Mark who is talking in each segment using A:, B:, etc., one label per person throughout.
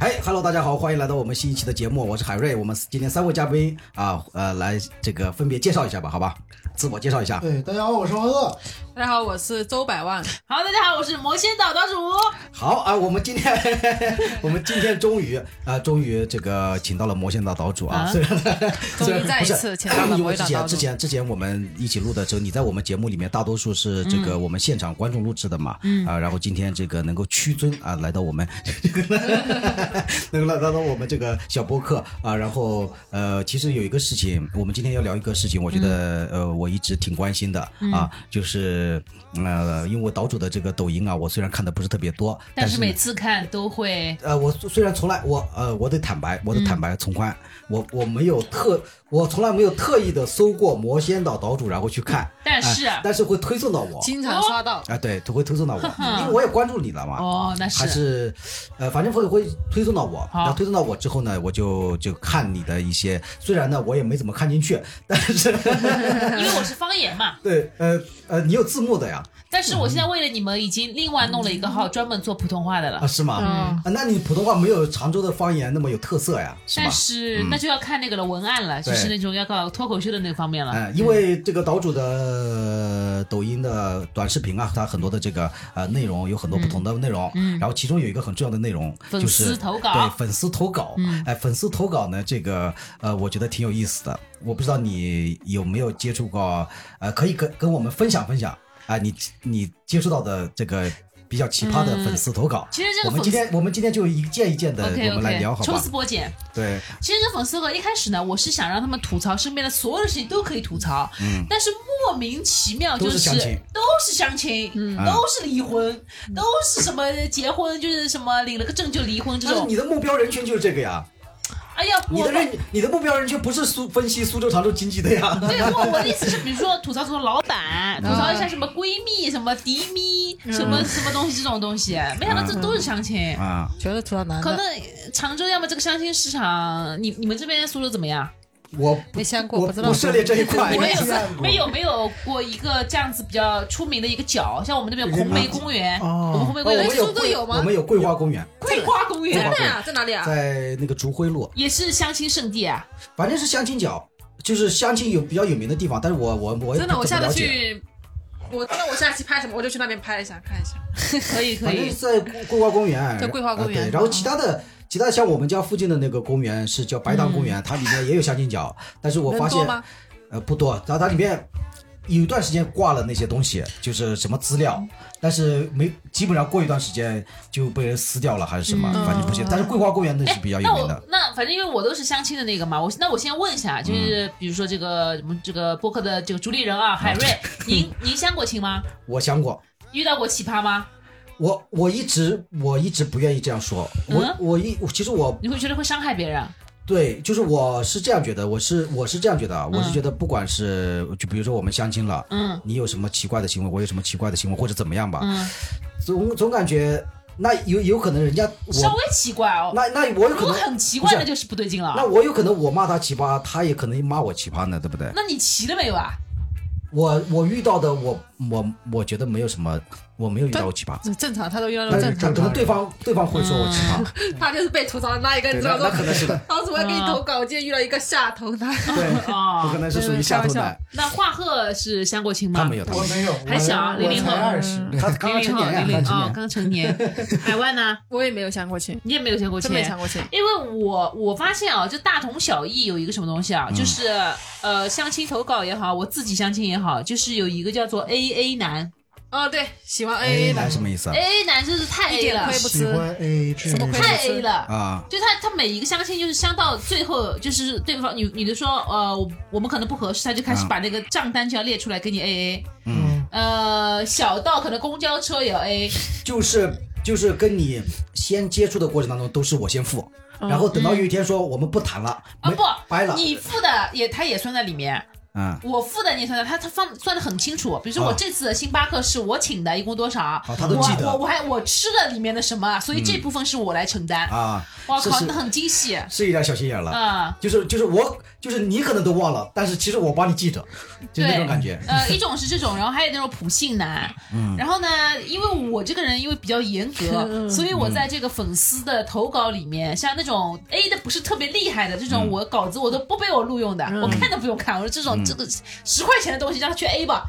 A: 哎哈喽，大家好，欢迎来到我们新一期的节目，我是海瑞。我们今天三位嘉宾啊，呃，来这个分别介绍一下吧，好吧？自我介绍一下。
B: 对，大家好，我是王乐。
C: 大家好，我是周百 万。
D: 好，大家好，我是魔仙岛岛主。
A: 好啊，我们今天 我们今天终于啊、终于这个请到了魔仙岛岛主啊，
C: 啊
A: 虽然
C: 终
A: 虽
C: 于
A: 然
C: 再一
A: 不是
C: 次请到了
A: 因
C: 魔
A: 为
C: 仙
A: 之
C: 岛
A: 前
C: 岛
A: 之
C: 主。
A: 前之前我们一起录的时候，你在我们节目里面大多数是这
C: 嗯
A: 个我们现场观众录制的嘛，啊，然后今天这个能够屈尊啊来到我们这个能够来到我们这个小播客啊，然后呃，其实有一个事情，我们今天要聊一个事情，我觉得
D: 嗯
A: 呃我一直挺关心的啊，就是呃，因为我岛主的这个抖音啊，我虽然看的不是特别多，
D: 但
A: 是
D: 是每次看都会，
A: 呃，我虽然从来我呃，我得坦白，我得坦白从
D: 嗯
A: 宽，我我没有特，我从来没有特意的搜过魔仙岛岛主，然后去看，
D: 但是啊
A: 哎但是会推送到我。
C: 经常刷到，
A: 啊，对，会推送 到我，
D: 嗯
A: 因为我也关注你了嘛。
D: 哦那是
A: 还是，呃，反正会会推送到我。
D: 好
A: 然后推送到我之后呢，我就就看你的一些，虽然呢我也没怎么看进去，但是
D: 因为我是方言 嘛。
A: 对，呃呃，你有字幕的呀？
D: 但是我现在为了你们，已经另外弄了一个号，专门做普通话的
A: 嗯啊，
D: 了。
A: 是吗？
C: 嗯
A: 啊，那你普通话没有常州的方言那么有特色呀？是吗？
D: 但是那就要看那个了，文案了，就
A: 嗯
D: 是
A: 对
D: 那种要搞脱口秀的那个方面了。
A: 嗯，因为这个岛主的呃抖音的短视频啊，它很多的这个呃内容有很多不同的内容，然后其中有一个很重要的内容
D: 嗯粉
A: 就
D: 丝
A: 是
D: 投稿嗯
A: 对粉丝投稿，哎，粉丝投稿呢，这个呃，我觉得挺有意思的，我不知道你有没有接触过，呃，可以跟跟我们分享分享啊、你你接触到的这个比较奇葩的粉丝投稿，
D: 嗯其实这个
A: 我们今
D: 粉丝
A: 天我们今天就一件一件的
D: OK
A: 我们来
D: OK，
A: 聊，好
D: 抽
A: 吧
D: 丝？剥茧。
A: 对，
D: 其实这粉丝和一开始呢，我是想让他们吐槽身边的所有事情都可以吐槽，
A: 嗯
D: 但是莫名其妙
A: 都
D: 就是
A: 相亲
D: 都是相亲，
A: 嗯
D: 都是离婚，都是什么结婚，就是什么领了个证就离婚这
A: 但是
D: 种。
A: 你的目标人群就是这个呀。
D: 哎呀，
A: 你
D: 我
A: 的认你的目标人群不是苏分析苏州常州经济的呀？
D: 对，我我的意思是，比如说吐槽什么老板，吐槽一下什么闺蜜、什么敌蜜、什
A: 嗯
D: 么什么东西这种东西，没想到这都是相亲。
A: 啊，
C: 全是吐槽男
D: 可
C: 的，
D: 能常州要么这个相亲市场，你你们这边苏州怎么样？
A: 我
C: 没相过，
A: 我
C: 不知道。
A: 涉猎这一块
D: 你，们有
B: 没见过
D: 没有没有过一个这样子比较出名的一个角？像我们那边有红梅公园，
B: 哦
D: 我们红梅
A: 我
D: 公园
A: 们有
C: 苏州
A: 桂
C: 有吗
A: 我们有桂花公园，
D: 桂花公
C: 真
D: 园
C: 的呀？在哪里啊？
A: 在那个竹辉路，
D: 也是相亲圣地啊。
A: 反正是相亲角，就是相亲有比较有名的地方，但是我我我也
C: 真的，
A: 不
C: 我
A: 怎
C: 下
A: 么了
C: 次
A: 解。
C: 去，我那我下期拍什么，我就去那边拍一下，看一下。
D: 可以可
A: 反正
D: 以，
A: 在桂桂花公园，
C: 在桂花公园嗯
A: 啊对然后其他的。其他像我们家附近的那个公园是叫白塘公园，它里面也有相亲角，但是
C: 嗯
A: 我
C: 人
A: 发
C: 多
A: 现
C: 吗？
A: 呃，不多。然后它里面有一段时间挂了那些东西，就是什么资料，但是没基本上过一段时间就被人撕掉了还是什么，
C: 嗯
A: 反正不行。但是桂花公园那是比较
D: 那
A: 有名
D: 我
A: 的。
D: 那反正因为我都是相亲的那个嘛，我那我先问一下，
A: 嗯
D: 就是比如说这个什么这个播客的这个主理人啊，海瑞， 您您相过亲吗？
A: 我想过，
D: 遇到过奇葩吗？
A: 我我一直我一直不愿意这样说，我
D: 嗯
A: 我一我其实我
D: 你会觉得会伤害别人？
A: 对，就是我是这样觉得，我是我是这样觉得啊，我是觉得不管是就比如说我们相亲了，
D: 嗯
A: 你有什么奇怪的行为，我有什么奇怪的行为，或者怎么样吧，
D: 嗯，
A: 总总感觉那有有可能人家
D: 稍
A: 我
D: 微奇怪哦。
A: 那那我有
D: 如
A: 可
D: 果
A: 能
D: 很奇
A: 不
D: 怪，
A: 是
D: 那就是不对劲
A: 那
D: 了。
A: 我有可能我骂他奇葩，他也可能骂我奇葩呢，对不对？
D: 那你齐了没有啊？
A: 我我遇到的我我我觉得没有什么，我没有遇到过奇葩，
C: 正常，他都遇到
A: 但
C: 那
A: 是
C: 种
A: 可
C: 正
A: 可
C: 常
A: 能
C: 人。
A: 对方对方会说我奇葩，
D: 啊
C: 他就是被吐槽的那一个，你
A: 对，
C: 知
A: 那
C: 道
A: 那
C: 吗？
A: 可能是的，
C: 当时我还给你投稿，我今天遇到一个下头男，
A: 对，我可
D: 哦，
A: 能是属于下头男，
D: 那华鹤是相过亲吗？
A: 他没有，他没
B: 我
A: 有，
B: 没有，
D: 还小啊
B: 我
D: 零零后
B: 我才二十，
A: 他刚刚
D: 零
A: 成
D: 零后，
A: 年呀，
D: 零
A: 刚
D: 零
A: 成
D: 哦，
A: 年，
D: 刚成年。海外呢？
C: 我也没有相过亲，
D: 你也没有相过亲
C: 真？没相过亲。
D: 因为我我发现啊，就大同小异，有一个什么东西啊，
A: 嗯
D: 就是呃，相亲投稿也好，我自己相亲也好，就是有一个叫做 A A 男
C: 哦，对，喜欢
A: A
C: AA
A: 男
C: 的，
A: 什么意思啊？
D: ，A A 男就是太
C: 一
D: A
C: 点
D: 了
C: 亏，不
B: 喜
C: 吃。
B: 欢 A 制
C: 什么亏
D: 太 A 了。
A: 啊，
D: 就他，他每一个相亲就是相到最后，就是对方女女的说，呃，我我们可能不合适，他就开始
A: 啊
D: 把那个账单就要列出来给你 A A，
A: 嗯，
D: 呃，小到可能公交车也要 A，
A: 就是就是跟你先接触的过程当中都是我先付，然后等到有一天说我们不谈了，
D: 嗯啊
A: 没
D: 不
A: 掰了，
D: 你付的也他也算在里面，
A: 嗯，
D: 我付的那算的，他他放算的很清楚。比如说我
A: 啊
D: 这次星巴克是我请的，一共多少？啊
A: 他都记得嗯
D: 我我我还我吃了里面的什么，啊所以这部分是我来承担。
A: 啊，
D: 哇
A: 是
D: 靠，
A: 是
D: 你很精细嗯啊！
A: 是有点小心眼了。就是就是我就是你可能都忘了，但是其实我帮你记着，就
D: 对，
A: 那种感觉。嗯
D: 呃，一种是这种，然后还有那种普信男。然后呢，因为我这个人因为比较严 格，所以我在这个粉丝的投稿里面，像那种 A 的不是特别厉害的这
A: 嗯
D: 种，我稿子我都不被我录用的，我看都不用看。我说这种这个十块钱的东西让他去 A 吧，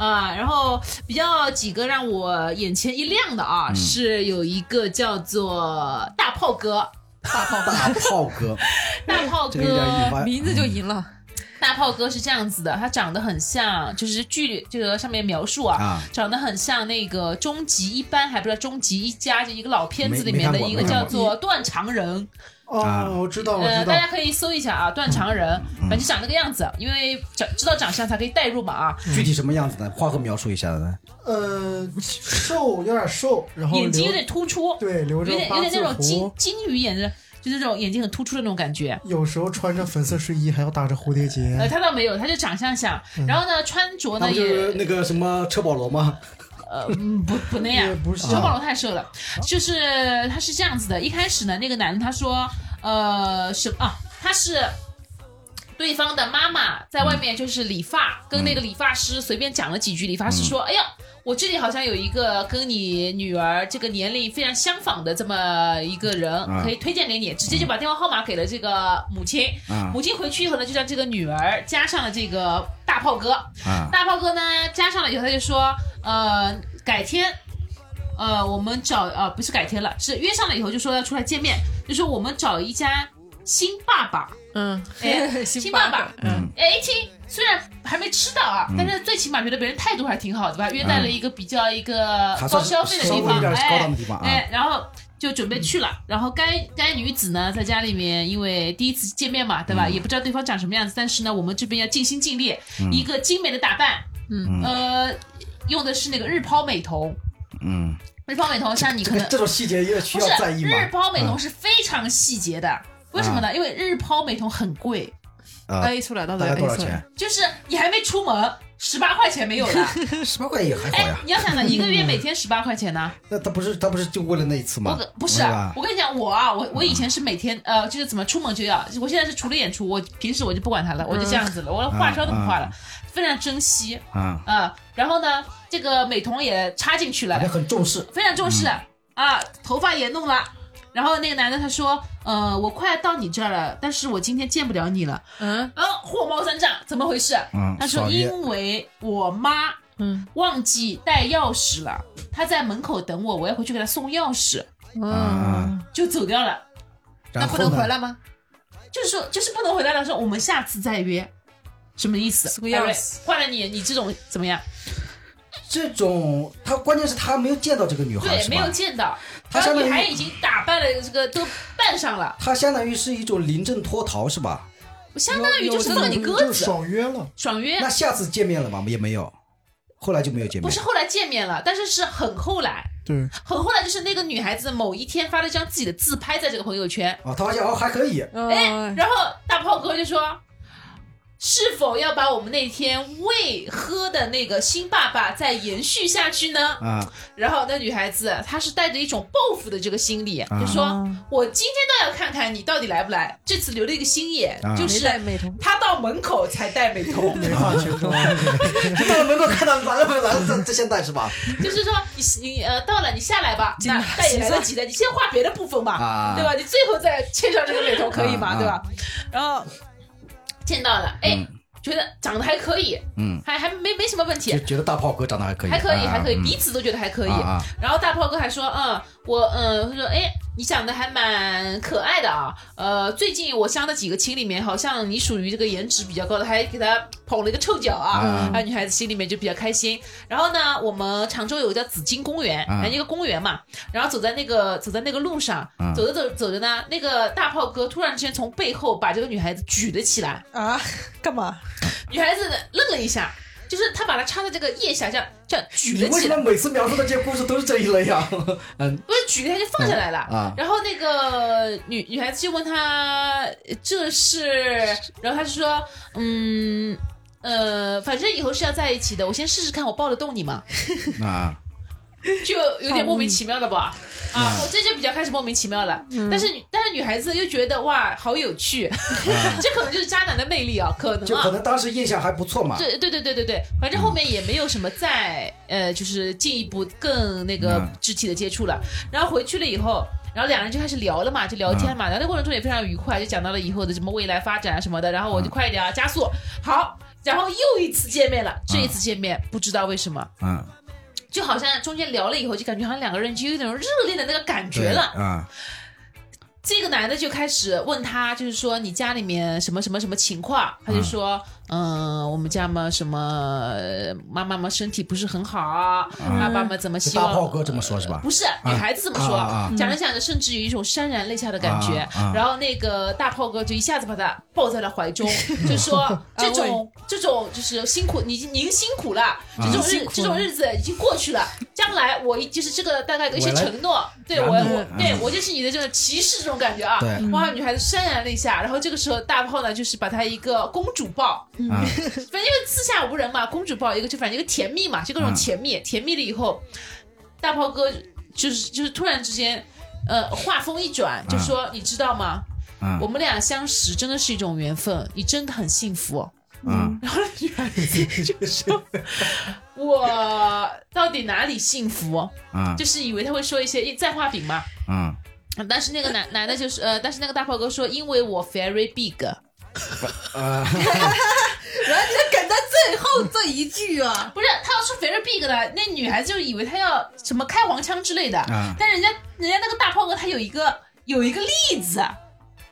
D: 啊，然后比较几个让我眼前一亮的啊，
A: 嗯
D: 是有一个叫做大炮哥。大炮哥，
A: 大炮哥，
D: 大炮
A: 这个有点意
D: 哥，
A: 外。
C: 名字就赢了，
D: 大炮哥是这样子的，他长得很像，就是剧里这个上面描述啊，
A: 啊
D: 长得很像那个终极一班，还不知道终极一家，就一个老片子里面的
A: 没没看过
D: 一个
A: 没看
D: 叫
A: 过
D: 做断肠人，
A: 啊
B: 哦，我知道，我
D: 呃，
B: 知
D: 大
B: 道
D: 家，可以搜一下啊，断肠人，反正长那个样子，因为长知道长相才可以代入嘛啊，
A: 具体什么样子呢？画个描述一下呢？
B: 呃，瘦，有点瘦，然后
D: 眼睛有
B: 留
D: 点突出，
B: 对，留
D: 有
B: 着
D: 点有
B: 八
D: 点
B: 字
D: 那种金
B: 胡，
D: 金鱼眼的，就是那种眼睛很突出的那种感觉。
B: 有时候穿着粉色睡衣，还要打着蝴蝶结
D: 呃，，他倒没有，他就长相像，然后呢，穿着
A: 那
D: 呢
A: 不就是
D: 也
A: 那个什么车保罗吗？
D: 呃嗯不不那样
B: 也，不是啊
D: 小保罗太瘦了，就是他是这样子的。一开始呢，那个男的他说，呃，什么啊？他是对方的妈妈在
B: 嗯
D: 外面就是理发，跟那个理发师随便讲了几句，理
B: 嗯
D: 发师说，哎呀。我这里好像有一个跟你女儿这个年龄非常相仿的这么一个人，
A: 嗯
D: 可以推荐给你，直接就把电话号码给了这个母亲。
B: 嗯
A: 啊
D: 母亲回去以后呢，就让这个女儿加上了这个大炮哥。
A: 啊
D: 大炮哥呢加上了以后，他就说，呃，改天，呃，我们找呃不是改天了，是约上了以后就说要出来见面，就说我们找一家新爸爸，
C: 嗯，
D: 哎
C: 新
D: 新
C: 爸
D: 爸
C: 爸
D: 爸，
A: 嗯
D: 哎，一听虽然还没吃到啊，但是最起码觉得别人态度还挺好的吧，约在了一个比较一个
A: 还
D: 高
A: 算是
D: 消费的
A: 稍
D: 地
A: 微有
D: 方，
A: 点高
D: 哎
A: 档的地方啊。
D: 哎，然后就准备去了。然后该该女子呢，在家里面，因为第一次见面嘛，对
A: 嗯
D: 吧？也不知道对方长什么样子，但是呢，我们这边要尽心尽力，一个精美的打扮，
C: 嗯
D: 呃，用的是那个日抛美瞳，
A: 嗯，哎
D: 日抛美瞳像你可能
A: 这种细节也需
D: 不
A: 要
D: 是
A: 在意吗？嗯
D: 日抛美瞳是非常细节的，为什么呢？因为日抛美瞳很贵，
A: 啊
C: 嗯
D: 哎
C: ，A 出来到底
A: 大概
C: A
A: 多少
C: 出来
A: 钱？？
D: 就是你还没出门，十八块钱没
A: 哎
D: 有了。
A: 十八块也还好
D: 哎
A: 呀，。
D: 你要想呢，一个月每天十八块钱呢，
A: 那他不是他不是就为了那一次
D: 我
A: 吗
D: 跟？不是
A: 对吧，
D: 我跟你讲，我啊，我我以前是每天呃，就是怎么出门就要，我现在是除了演出，我平时我就不管它了，我就这样子了，我连化妆都不
A: 嗯
D: 化了，非常珍惜
A: 啊，
D: 啊、然后呢，这个美瞳也插进去
A: 反正
D: 了，
A: 很重视。
D: 非常重视、
A: 嗯
D: 啊，头发也弄了。然后那个男的他说，呃，我快到你这儿了，但是我今天见不了你了。
C: 嗯
D: 呃，火冒三丈，怎么回事？
A: 嗯
D: 他说
A: 少爷
D: 因为我妈
C: 嗯
D: 忘记带钥匙了，她在门口等我，我要回去给她送钥匙，
C: 嗯，
D: 就走掉了。
A: 啊然后
C: 不能
A: 呢
C: 回来吗？
D: 就是说，就是不能回答他说我们下次再约，什么意思？
C: 什么样
D: 艾瑞
C: 子
D: 换了你，你这种怎么样？
A: 这种他关键是他没有见到这个女孩，
D: 对，
A: 是吧
D: 没有见到，
A: 他
D: 然后
A: 相当
D: 女
A: 于
D: 孩已经打扮了，这个都扮上了，
A: 他相当于是一种临阵脱逃，是吧？
D: 相当于就是放你鸽
B: 就
D: 子，
B: 爽约了，
D: 爽约
A: 那。下次见面了吗？也没有，后来就没有见
D: 不
A: 面
D: 是。后来见面了，但是是很后来，
A: 哎
B: 对，
D: 很后来就是那个女孩子某一天发了一张自己的自拍在这个朋友圈，
A: 哦，他发现哦还可以，嗯
D: 哎，
C: 哦
D: 然后大炮哥就说。是否要把我们那天未喝的那个新爸爸再延续下去呢？
A: 啊
D: 然后那女孩子她是带着一种报复的这个心理，
A: 啊
D: 就说我今天倒要看看你到底来不来。这次留了一个心眼，
A: 啊
D: 就
C: 没
D: 是
C: 带美瞳，
D: 她到门口才戴美 瞳，
B: 没法轻松，
A: 就到了门口看到咱们咱咱这现在是吧？
D: 就是说你你呃到了你下 来吧，那
C: 来
D: 但也来得及的，你先画别的部分吧，
A: 啊
D: 对吧？你最后再嵌上这个美瞳可以吗？
A: 啊
D: 对吧？然后见到了，哎，觉得长得还可以，
A: 嗯，
D: 还还没没什么问题
A: 就，觉得大炮哥长得还可以，
D: 还可以，
A: 啊
D: 还可以，
A: 嗯
D: 彼此都觉得还可以。
A: 啊啊
D: 然后大炮哥还说，嗯，我嗯，他说，哎，你长得还蛮可爱的啊，呃，最近我相的几个亲里面，好像你属于这个颜值比较高的，还给他捧了一个臭脚啊
A: 啊，
D: 然后女孩子心里面就比较开心。然后呢，我们常州有个叫紫金公园，
A: 啊
D: 然后一个公园嘛，然后走在那个走在那个路上，
A: 啊
D: 走着走走着呢，那个大炮哥突然之间从背后把这个女孩子举了起来，
C: 啊，干嘛？
D: 女孩子愣了一下。就是他把她插在这个腋下，这样这样举
A: 你
D: 了
A: 为
D: 起
A: 什
D: 来
A: 么，每次描述的这些故事都是这一类呀？ 嗯
D: 不是举了他就放下来了。
A: 嗯啊
D: 然后那个女女孩子就问他呃这是，然后他就说嗯。呃，反正以后是要在一起的，我先试试看，我抱得动 你吗？
A: 啊，
D: 就有点莫名其妙的吧？
A: 嗯
D: 啊，我这就比较开始莫名其妙了。但是女但是女孩子又觉得哇，好有趣， 这可能就是渣男的魅力啊，可能
A: 嗯就可
D: 啊。
A: 能当时印象还不错嘛。
D: 对对对对对对，反正后面也没有什么再呃，就是进一步更那个
A: 嗯
D: 肢体的接触了。然后回去了以后，然后两人就开始聊了嘛，就聊天
A: 嗯
D: 嘛，聊天过程中也非常愉快，就讲到了以后的什么未来发展啊什么的。然后我就快一点啊，加速，好。然后又一次见面了，这一次见面不知道为什么
A: 嗯，
D: 就好像中间聊了以后，就感觉好像两个人就有点热恋的那个感觉
A: 对
D: 了。
A: 啊，
D: 这个男的就开始问他，就是说你家里面什么什么什么情况？他就说，嗯，我们家嘛什么呃妈妈嘛身体不是很好啊，爸爸嘛怎么
A: 就
D: 希
A: 嗯大
D: 望？
A: 炮哥这么说，是吧？
D: 不是女孩子这么
A: 啊啊
D: 说，讲着讲着甚至有一种潸然泪下的感觉
A: 啊啊。
D: 然后那个大炮哥就一下子把他抱在了 怀中，就说这种这种就是辛苦，你您辛苦
A: 啊
D: 了，这种日
C: 辛苦了
D: 这种日子已经过去了，将来我一就是这个大概有一些
A: 我来
D: 承诺，对
A: 拦
D: 我
A: 你
D: 我
A: 嗯
D: 对我就是你的这个骑士这种感觉啊
A: 对。
D: 哇，女孩子潸然泪下，然后这个时候大炮呢就是把她一个公主抱，
A: 啊，
D: 反正因为四下无人嘛，公主抱一个就反正一个甜蜜嘛，就各
A: 嗯
D: 种甜蜜，甜蜜了以后，大炮哥就是就是突然之间，呃，话锋一转，就说、你知道吗？
A: 嗯
D: 我们俩相识真的是一种缘分，你真的很幸福、哦。
A: 嗯
D: 然后 女孩子就说：“我到底哪里幸福哦？”
A: 嗯
D: 就是以为他会说一些在画饼嘛。
A: 嗯，
D: 但是那个男男的就是呃，但是那个大炮哥说：“因为我 very big。”
A: 呃，
E: 然后就梗在最后这一句啊，
D: 不是，他要说 very big 的，那女孩子就以为他要什么开黄腔之类的，
A: 啊
D: 但人家人家那个大炮哥他有一个有一个例子，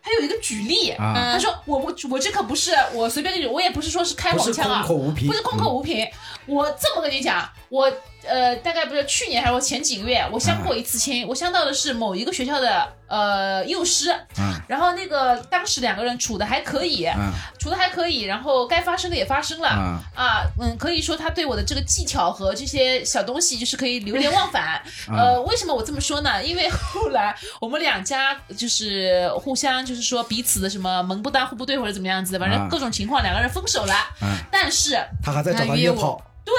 D: 他有一个举例，
A: 啊
D: 他说我不我这可不是我随便跟你，我也不是说是开
A: 不
D: 黄
A: 是
D: 腔
A: 空
D: 啊，
A: 口无凭，
D: 不是空口无凭，我这么跟你讲，我呃大概不是去年还是我前几个月，我相
A: 啊
D: 过一次亲，我相到的是某一个学校的呃幼师，
A: 嗯
D: 然后那个当时两个人处的还可以，
A: 嗯
D: 处的还可以，然后该发生的也发生了。
A: 嗯
D: 啊，嗯，可以说他对我的这个技巧和这些小东西，就是可以流连忘返。呃，为什么我这么说呢？因为后来我们两家就是互相就是说彼此的什么门不当户不对或者怎么样子，反
A: 啊
D: 正各种情况，两个人分手了。
A: 嗯，
D: 但是
A: 他还在找他
E: 他约
A: 约
E: 我
A: 炮，
D: 对，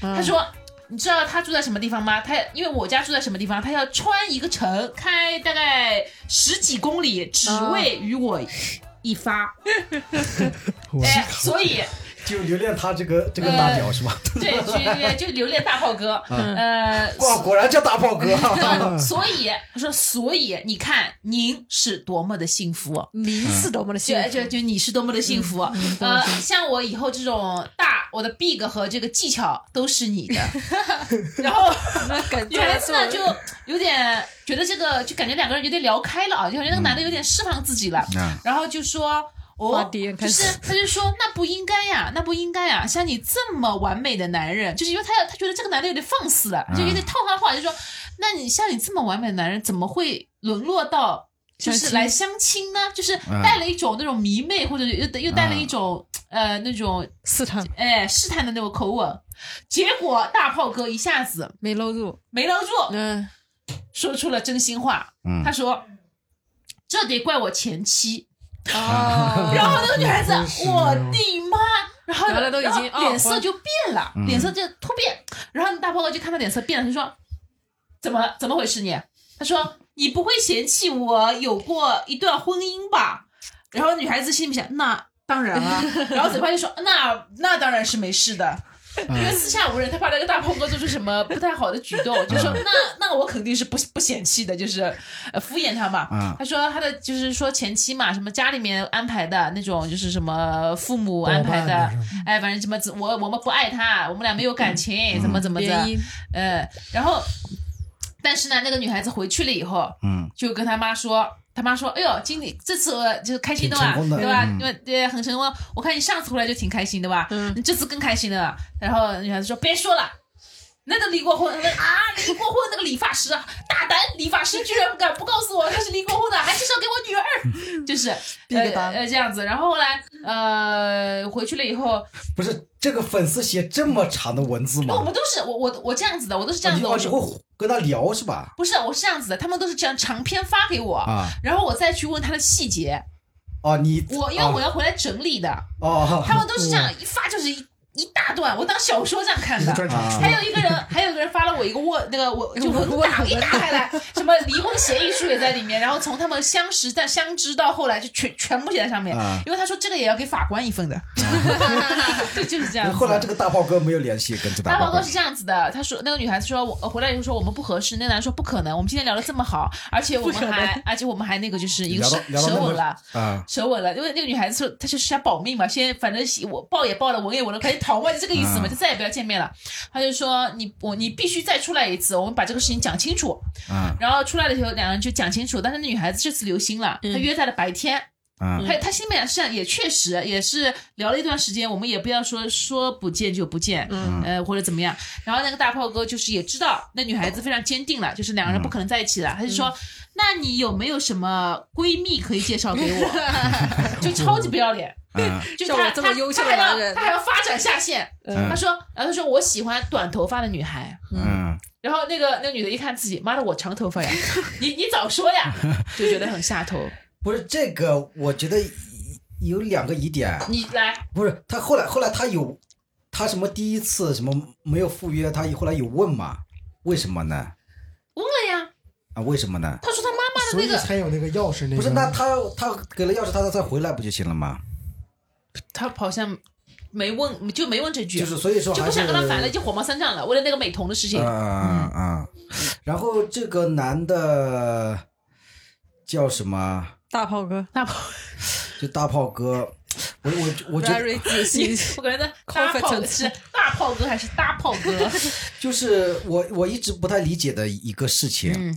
D: 他说。你知道他住在什么地方吗？他因为我家住在什么地方，他要穿一个城，开大概十几公里，只为与我一发。
B: 我
D: 哎，所以
A: 就留恋他这个这个
D: 呃
A: 大屌是吧？
D: 对，就就就留恋大炮哥。呃，
A: 哇，果然叫大炮哥，啊
D: 所以他说，所以你看您是多么的幸福，
E: 您是多么的幸
D: 就
E: 福
D: 就就你是多么的幸福。呃，像我以后这种大，我的 big 和这个技巧都是你的。 然后
E: 梗
D: 女孩子呢就有点觉得这个，就感觉两个人有点聊开了啊，就感觉那个男的有点释放自己了。
A: 嗯
D: 然后就说。
E: 花
D: 哦，
E: 蝶
D: 就
E: 开始
D: 是他就说那不应该呀，那不应该呀，像你这么完美的男人，就是因为他要他觉得这个男的有点放肆了，就有
A: 嗯
D: 点套他话，就说那你像你这么完美的男人，怎么会沦落到就
E: 相
D: 是
E: 亲
D: 来相亲呢？就是
A: 嗯
D: 带了一种那种迷妹，或者又又带了一种、呃那种
E: 试探
D: 哎试探的那种口吻，结果大炮哥一下子
E: 没搂住，
D: 没搂住，
E: 嗯，
D: 说出了真心话，
A: 嗯
D: 他说这得怪我前妻。
E: 哦，
D: 然后那个女孩子
B: 真是，
D: 我的妈！然后
E: 原来都已经
D: 然后脸
E: 哦
D: 色就变了，脸色就突变。然后大炮哥就看他脸色变了，他说：“怎么了怎么回事你？”他说：“你不会嫌弃我有过一段婚姻吧？”然后女孩子心里想：“那当然啊。”然后嘴巴就说：“那那当然是没事的。”因为四下无人，他怕那个大炮哥做出什么不太好的举动，就说那那我肯定是不不嫌弃的，就是呃敷衍他嘛。
A: 嗯
D: 他说他的就是说前妻嘛，什么家里面安排的那种，就是什么父母安排
B: 包
D: 的
B: 办的是，
D: 哎，反正什么我我们不爱他，我们俩没有感情，怎么怎么
E: 原
D: 的，
E: 因
D: 呃，然后但是呢，那个女孩子回去了以后，
A: 嗯
D: 就跟他妈说。他妈说：“哎呦，今天这次呃就是开心的吧，
A: 挺成功的
D: 对吧？
A: 嗯
D: 因为对很成功。我看你上次回来就挺开心的吧，
E: 嗯
D: 你这次更开心的了。”然后女孩子说：“别说了，那都离过婚那 啊，离过婚那个理发师啊，大胆理发师居然敢不告诉我他是离过婚的，还介绍给我 女儿，就是
E: 逼着
D: 呃
E: 他
D: 呃这样子。然后后来呃回去了以后，
A: 不是这个粉丝写这么长的文字
D: 那我
A: 吗？
D: 们都是我我我这样子的，我都是
A: 啊
D: 这样
A: 你
D: 子的，
A: 哦
D: 我
A: 你会跟他聊是吧？
D: 不是我是这样子的，他们都是这样长篇发给我，
A: 啊
D: 然后我再去问他的细节。
A: 哦，你
D: 我因为我要回来整理的，
A: 哦，
D: 他们都是这样一发就是一一大段，我当小说这样看的。
B: 专场
A: 啊
B: 出
D: 还有一个人，还有一个人发了我一个 Word，那个我就文档一打开来，什么离婚协议书也在里面，然后从他们相识但相知到后来就全全部写在上面
A: 啊，
D: 因为他说这个也要给法官一份的，对， 就是这样子。
A: 后来这个大炮哥没有联系，跟这
D: 大
A: 炮
D: 报告是这样子的，他说那个女孩子说，我呃回来以后说我们不合适，那个男的说不可能，我们今天聊的这么好，而且我们还而且我们还那个就是一个
A: 聊到
D: 舌
A: 聊到
D: 舌
A: 那
D: 吻
A: 么
D: 了。
A: 啊，
D: 舌吻了，因为那个女孩子说她哎就是想保命嘛，先反正我抱也抱了，吻也吻了，赶紧逃嘛，就这个意思嘛，
A: 嗯
D: 就再也不要见面了。他就说你我你必须再出来一次，我们把这个事情讲清楚。
A: 啊
D: 然后出来的时候，两个人就讲清楚，但是那女孩子这次留心了，她约在了白天，
A: 啊
D: 还有他心里面上也确实也是聊了一段时间，我们也不要说说不见就不见，嗯，呃或者怎么样。然后那个大炮哥就是也知道那女孩子非常坚定了，就是两个人不可能在一起了，他就说。那你有没有什么闺蜜可以介绍给我？就超级不要脸，
A: 啊
D: 就是
E: 像
D: 他
E: 我这么优秀的
D: 他他还
E: 男
D: 要
E: 人
D: 他还要发展下线。
A: 嗯
D: 他说，然后他说我喜欢短头发的女孩。
A: 嗯，
D: 然后那个那个女的一看自己，妈的，我长头发呀！你你早说呀，就觉得很下头。
A: 不是这个，我觉得有两个疑点，
D: 你来，
A: 不是他后来后来他有他什么第一次什么没有赴约，他后来有问嘛？为什么呢？
D: 问了呀。
A: 啊，为什么呢？
D: 他说他妈妈
B: 所以才有那个钥匙那个。
A: 不是，那他他给了钥匙，他再回来不就行了吗？
D: 他好像没问，就没问这句，
A: 就是所以说
D: 就
A: 还
D: 不
A: 是
D: 想跟他烦了，就火嗯冒三丈了。为了那个美瞳的事情，
A: 啊啊啊！然后这个男的叫什么？
E: 大炮哥
D: 大炮，
A: 就大炮哥，我我我觉得
E: ，very 自信
D: 你，我感觉大炮哥
E: Confident
D: 是大炮哥还是大炮哥？
A: 就是我我一直不太理解的一个事情，
D: 嗯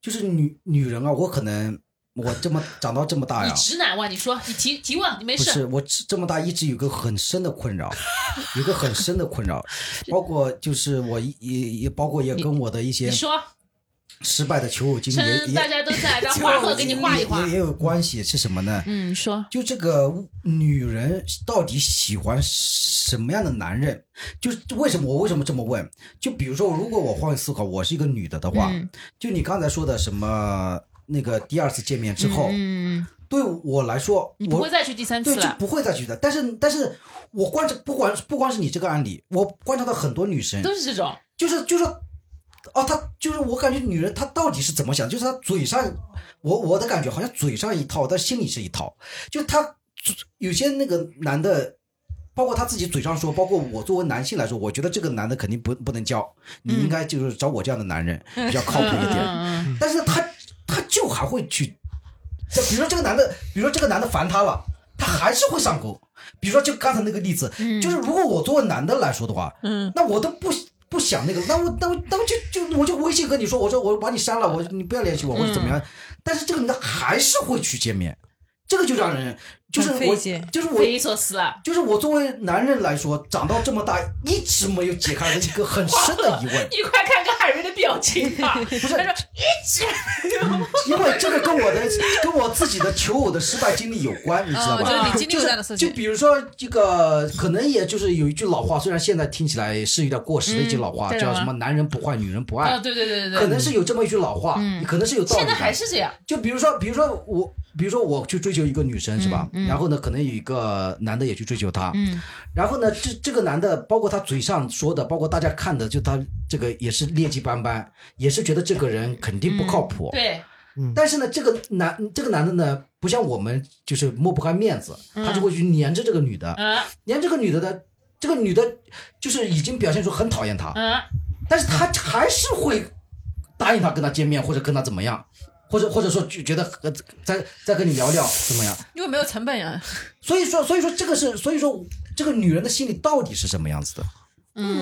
A: 就是女女人啊，我可能我这么长到这么大
D: 你
A: 哎呀，
D: 直男哇？你说你提提问，你没
A: 不
D: 事
A: 是，我这这么大一直有个很深的困扰，有个很深的困 扰，包括就是我一也也包括也跟我的一些
D: 你说，
A: 失败的求偶经历也
D: 趁大
A: 也
D: 家都 在，让花
A: 也
D: 鹤给你画一画
A: 也。也有关系，是什么呢？
D: 嗯，说
A: 就这个女人到底喜欢什么样的男人？就是为什么我为什么这么问？就比如说，如果我换位思考，我是一个女的的话，
D: 嗯
A: 就你刚才说的什么那个第二次见面之后，
D: 嗯，
A: 对我来说，
D: 你不
A: 我
D: 会再去第三
A: 对
D: 次
A: 就
D: 了，
A: 不会再去的。但是，但是我观察，不管不光是你这个案例，我观察到很多女生，
D: 都是这种。
A: 就是就是，哦，她就是我感觉女人她到底是怎么想？就是她嘴上，我我的感觉好像嘴上一套，但心里是一套。就她有些那个男的，包括他自己嘴上说，包括我作为男性来说，我觉得这个男的肯定不不能交，你应该就是找我这样的男人、比较靠谱一点。
D: 嗯，
A: 但是他他就还会去，就比如说这个男的，比如说这个男的烦他了，他还是会上钩。比如说就刚才那个例子，就是如果我作为男的来说的话，嗯，那我都不。不想那个，那我那我那我就就我就微信跟你说，我说我把你删了，我你不要联系我，或者怎么样？但是这个男的还是会去见面，这个就让人就是
E: 很
A: 我
E: 费解
A: 就是我
D: 匪夷所思啊！
A: 就是我作为男人来说，长到这么大一直没有解开的一个很深的疑 问。
E: 嗯
D: 你快看看海瑞的表情啊 吧，他说一直
A: 因为这个跟我的跟我自己的求偶的失败经历有关，你知道
E: 哦，就
A: 吧？啊
E: 是你经历过这样的事
A: 就
E: 情，
A: 比如说这个，可能也就是有一句老话，虽然现在听起来是有点过时的一句老
E: 嗯
A: 话，
D: 对啊
A: 叫什么“男人不坏，女人不
D: 啊，
E: 哦
A: 爱
D: 对对对”，对
A: 可
D: 对，
A: 能是有这么一句老话，
E: 嗯
A: 可能是有道理
D: 现
A: 的。
D: 在还是这样。
A: 就比如说，比如说我，比如说我去追求一个女生是吧？然后呢，可能有一个男的也去追求她，
D: 嗯
A: 然后呢，这这个男的，包括他嘴上说的，包括大家看的，就他这个也是劣迹斑斑，也是觉得这个人肯定不靠谱。
D: 嗯对，
A: 但是呢，这个男这个男的呢，不像我们就是抹不开面子，他就会去黏着这个女的，
D: 嗯
A: 黏这个女的的，这个女的就是已经表现出很讨厌他，
D: 嗯，
A: 但是他还是会答应他跟他见面或者跟他怎么样，或者或者说就觉得呃再再跟你聊聊怎么样？
E: 因为没有成本啊呀，
A: 所以说所以说这个是所以说这个女人的心理到底是什么样子的？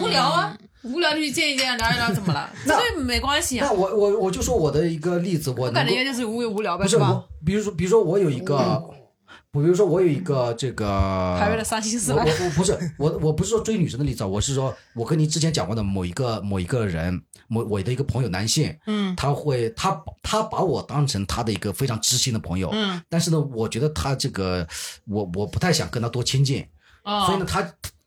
E: 无聊啊，无聊就去见一见，聊一聊，怎么了？
A: 那
E: 这没关系啊
A: 那，我我我就说我的一个例子，我
E: 我
A: 能
E: 感
A: 够
E: 觉就是无为无聊呗，
A: 不是
E: 吧？
A: 我，比如说比如说我有一个，我比如说我有一个这个
E: 还为了伤心事
A: 我
E: 吧？
A: 我我不是我我不是说追女生的例子啊，我是说我跟您之前讲过的某一个某一个人，某我的一个朋友男性，嗯，他会他他把我当成他的一个非常知心的朋友，嗯，但是呢，我觉得他这个我我不太想跟他多亲近。
D: 哦
A: 所以呢，他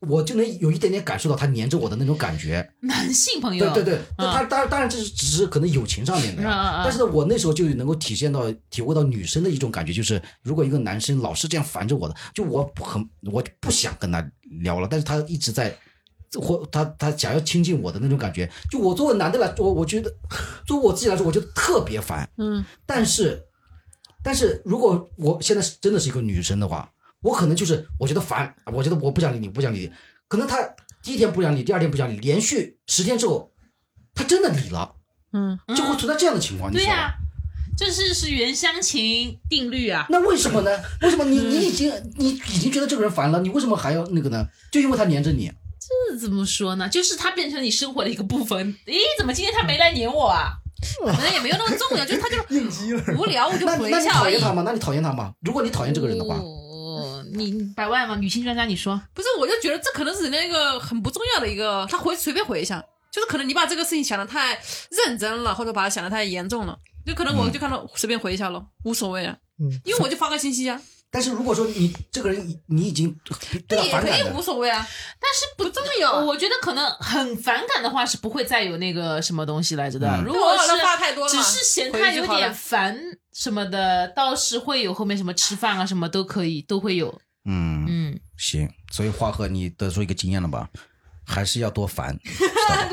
A: 我就能有一点点感受到他粘着我的那种感觉。
D: 男性朋
A: 对
D: 友，
A: 对对，
D: 嗯
A: 那他当然当然这是只是可能友情上面的
D: 嗯嗯嗯
A: 呀，但是呢，我那时候就能够体现到体会到女生的一种感觉，就是如果一个男生老是这样烦着我的，就我很我就不想跟他聊了，但是他一直在。或他他想要亲近我的那种感觉，就我作为男的来，我我觉得，作为我自己来说，我觉得特别烦。
E: 嗯，
A: 但是，但是如果我现在是真的是一个女生的话，我可能就是我觉得烦，我觉得我不想理你，不想理你。可能她第一天不想理，第二天不想理，连续十天之后，她真的理了，
E: 嗯，
A: 就会存在这样的情况，你
D: 对
A: 知道
D: 呀、
A: 吗？
D: 这是是原乡情定律啊。
A: 那为什么呢？为什么你你已经你已经觉得这个人烦了，你为什么还要那个呢？就因为他黏着你，
D: 这怎么说呢？就是它变成你生活的一个部分。诶，怎么今天他没来撵我啊？
E: 可能也没有那么重要，就 是他就是
B: 应激了。
E: 无聊，我就
A: 那
E: 回
A: 那
E: 一
A: 你
E: 下
A: 讨
E: 而
A: 厌
E: 已。
A: 他吗？那你讨厌他吗？如果你讨厌这个人的话，
D: 哦，你百万嘛，女性专家，你说
E: 不是，我就觉得这可能是人家一个很不重要的一个，他回随便回一下，就是可能你把这个事情想的太认真了，或者把它想的太严重了，就可能
A: 嗯
E: 我就看到随便回一下咯，无所谓啊，
B: 嗯
E: 因为我就发个信息啊，
A: 但是如果说你这个人你已经对他
E: 也
A: 反
E: 可
A: 感
E: 以
A: 了
E: 无，所谓啊，
D: 但是不重
E: 要啊
D: 我觉得可能很反感的话是不会再有那个什么东西来着的。
A: 嗯
D: 如果
E: 对我发
D: 是
E: 太多了
D: 只
E: 嘛，
D: 是嫌
E: 回
D: 他
E: 一句
D: 有
E: 好
D: 点
E: 了
D: 烦什么的，倒是会有后面什么吃饭啊什么都可以都会有。
A: 嗯
D: 嗯，
A: 行，所以花和你得出一个经验了吧？还是要多烦，知道吧？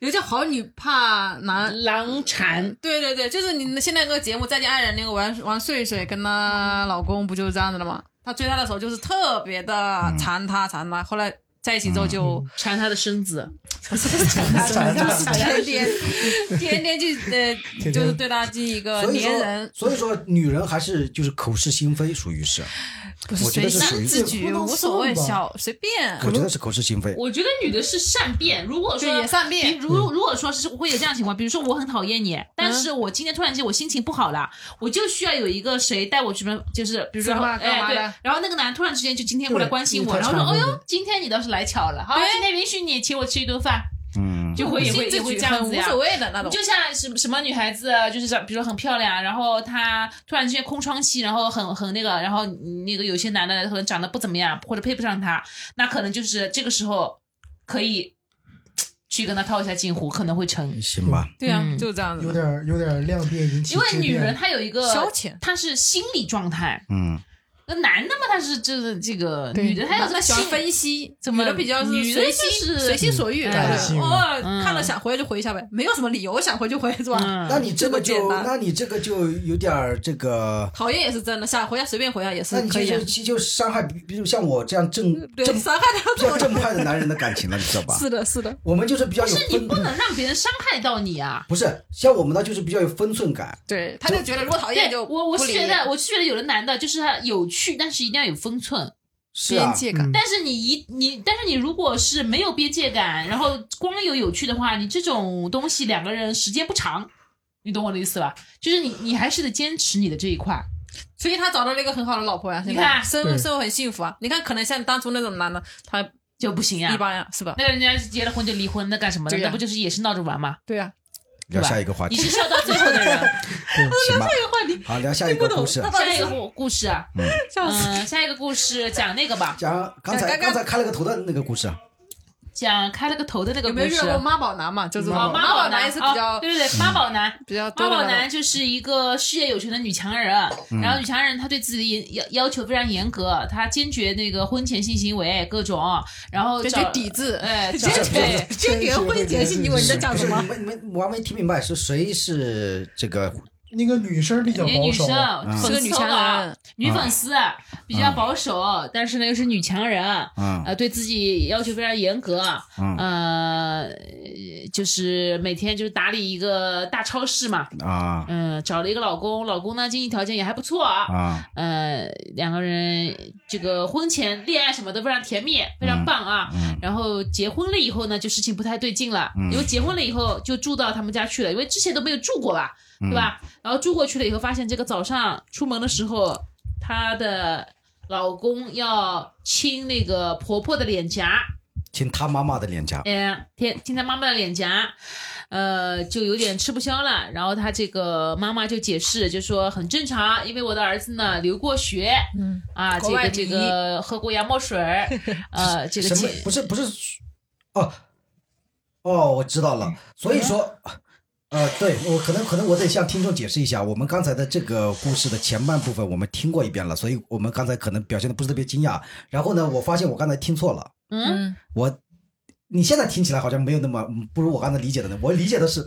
E: 有叫好女怕男。
D: 狼缠
E: 对对对，就是你现在那个节目《再见爱人》那个王王睡睡跟她老公不就是这样子的吗？她追她的时候就是特别的
A: 嗯
E: 缠她缠她，后来在一起之后就、
D: 缠他的身子，
E: 缠她，天天天天去呃，
B: 天
E: 就是对她进行一个
A: 所以
E: 呃粘
A: 说
E: 人，，
A: 所以说女人还是就是口是心非，属于 是，
E: 不是
A: 我觉得
E: 随
A: 是属于
E: 心自举，
B: 不能
E: 无所谓，
B: 算吧
E: 小随便。
A: 我觉得是口是心非。
D: 我觉得女的是善变。如果
E: 对
D: 说
E: 也善变嗯
D: 比如如果说是会有这样的情况，比如说我很讨厌你，但是我今天突然间我心情不好了，我就需要有一个谁带我去什么，就是比如说
E: 是吧干
D: 哎
E: 嘛
D: 对
E: 的，
D: 然后那个男突然之间就今天过来关心我，
B: 对
D: 然后说
B: 太
D: 哎
B: 常见
D: 呦，今天你倒是来巧了，好，
E: 对
D: 今天允许你请我吃一顿饭，
A: 嗯，
D: 就会也会
E: 自己
D: 也会这样子
E: 无
D: 呀。
E: 所谓的那种。
D: 就像什么什么女孩子，啊就是像比如说很漂亮，然后她突然之间空窗期，然后很很那个，然后那个有些男的可能长得不怎么样，或者配不上她，那可能就是这个时候可以嘖去跟她套一下近乎，可能会成。
A: 行吧，
E: 对啊
D: 嗯，
E: 就是这样子
B: 有
E: 的。
B: 点有点量变引起
D: 因为
B: 质
D: 女
B: 变
D: 人她有一个
E: 消遣
D: 她是心理状态。
A: 嗯，
D: 那男的嘛，他是就是这个
E: 对
D: 女的，她有这
E: 那
D: 个
E: 喜
D: 心
E: 欢分析，
D: 怎么
E: 女的比较是
D: 女的
E: 随
D: 就是
E: 心随心所欲，
D: 嗯
E: 感
B: 感性
E: 觉偶尔
D: 嗯
E: 哦看了想回就回一下呗，没有什么理由想回就回是吧？
A: 那
D: 嗯，
A: 你这个
E: 这
A: 就，
E: 么简单
A: 那你这个就有点儿这个，
E: 讨厌也是真的，想回啊随便回啊也
A: 那
E: 是
A: 你
E: 可
A: 就
E: 以啊
A: 就。就伤害，比比如像我这样正
E: 对，
A: 正
E: 伤害
A: 比
E: 他
A: 较
E: 做
A: 正派的男人的感情了，你知道吧？
E: 是的，是的，
A: 我们就是比较有
D: 是你
A: 分
D: 不，能让别人伤害到你啊。
A: 不是像我们呢，就是比较有分寸感。
E: 对，他就觉得如果讨厌
D: 对
E: 就
D: 我我
E: 不
D: 是
E: 理
D: 觉得我是觉得有的男的就是他有趣，但是一定要有分寸。
A: 是
E: 边
A: 啊，
E: 界感
B: 嗯，
D: 但是你一你，但是你如果是没有边界感，然后光有有趣的话，你这种东西两个人时间不长，你懂我的意思吧？就是你你还是得坚持你的这一块。
E: 所以他找到了一个很好的老婆呀，
D: 你
E: 现在
D: 看
E: 生
B: 对
E: 生活很幸福啊。你看，可能像当初那种男的，他
D: 就不行呀、
E: 一般呀，是吧？
D: 那人家结了婚就离婚，那干什么呢？
E: 对呀
D: 那不就是也是闹着玩吗？
E: 对呀，
A: 聊下一个话
D: 你
A: 题，
D: 是笑到最后 的人。
A: 行吧？好，聊下一个故事。
D: 下一个故故事啊，
E: 笑死。
D: 嗯，下一个故事讲那个吧，
A: 讲刚才
E: 刚刚
A: 刚
E: 啊
A: 才开了个头的那个故事，
D: 讲开了个头的那个
E: 有
D: 故
E: 没有遇
D: 事。
E: 到过妈宝男嘛？就是
D: 哦，妈
E: 妈
D: 宝
E: 男
D: 男
E: 也是比较
D: 哦对对对，妈宝男。
E: 比较多嗯
D: 妈
E: 的
D: 宝
E: 那种
D: 男就是一个事业有成的女强人，然后女强人她对自己的严要要求非常严格，她坚决那个婚前性行为各种，然后
E: 坚
D: 找
E: 决抵制，
D: 哎
E: 坚
D: 找
E: 决坚决婚前性行为，你在讲
A: 不
E: 什
A: 是
E: 么
A: 你？们你们我还没听明白是谁是这个
B: 那个女生比较
D: 一个
B: 保
D: 女
B: 守啊嗯
D: 生，
E: 是
D: 粉
E: 个
D: 丝
E: 女强
D: 啊
E: 人，嗯
D: 女粉丝比较保守，但是呢又是女强人，
A: 嗯
D: 呃，对自己要求非常严格，
A: 嗯
D: 呃，就是每天就是打理一个大超市嘛，
A: 啊
D: 嗯，找了一个老公，老公呢经济条件也还不错啊，
A: 啊
D: 呃，两个人这个婚前恋爱什么都非常甜蜜，非常棒啊。
A: 嗯
D: 然后结婚了以后呢，就事情不太对劲了，因为结婚了以后就住到他们家去了，因为之前都没有住过吧，
A: 嗯
D: 对吧？然后住过去了以后，发现这个早上出门的时候，她的老公要亲那个婆婆的脸颊，哎
A: 亲他妈妈的脸颊，
D: 嗯，亲亲她妈妈的脸颊，呃，就有点吃不消了。然后他这个妈妈就解释，就说很正常，因为我的儿子呢留过学，嗯啊，这
E: 国外
D: 个
E: 第
D: 这
E: 一
D: 个喝过洋墨水儿，呃，这个
A: 什么
D: 解
A: 不是不是，哦哦，我知道
D: 嗯
A: 了。所以说，呃，对我可能可能我得向听众解释一下，我们刚才的这个故事的前半部分我们听过一遍了，所以我们刚才可能表现的不是特别惊讶。然后呢，我发现我刚才听错了，
D: 嗯，
A: 我。你现在听起来好像没有那么嗯不如我刚才理解的呢。我理解的是，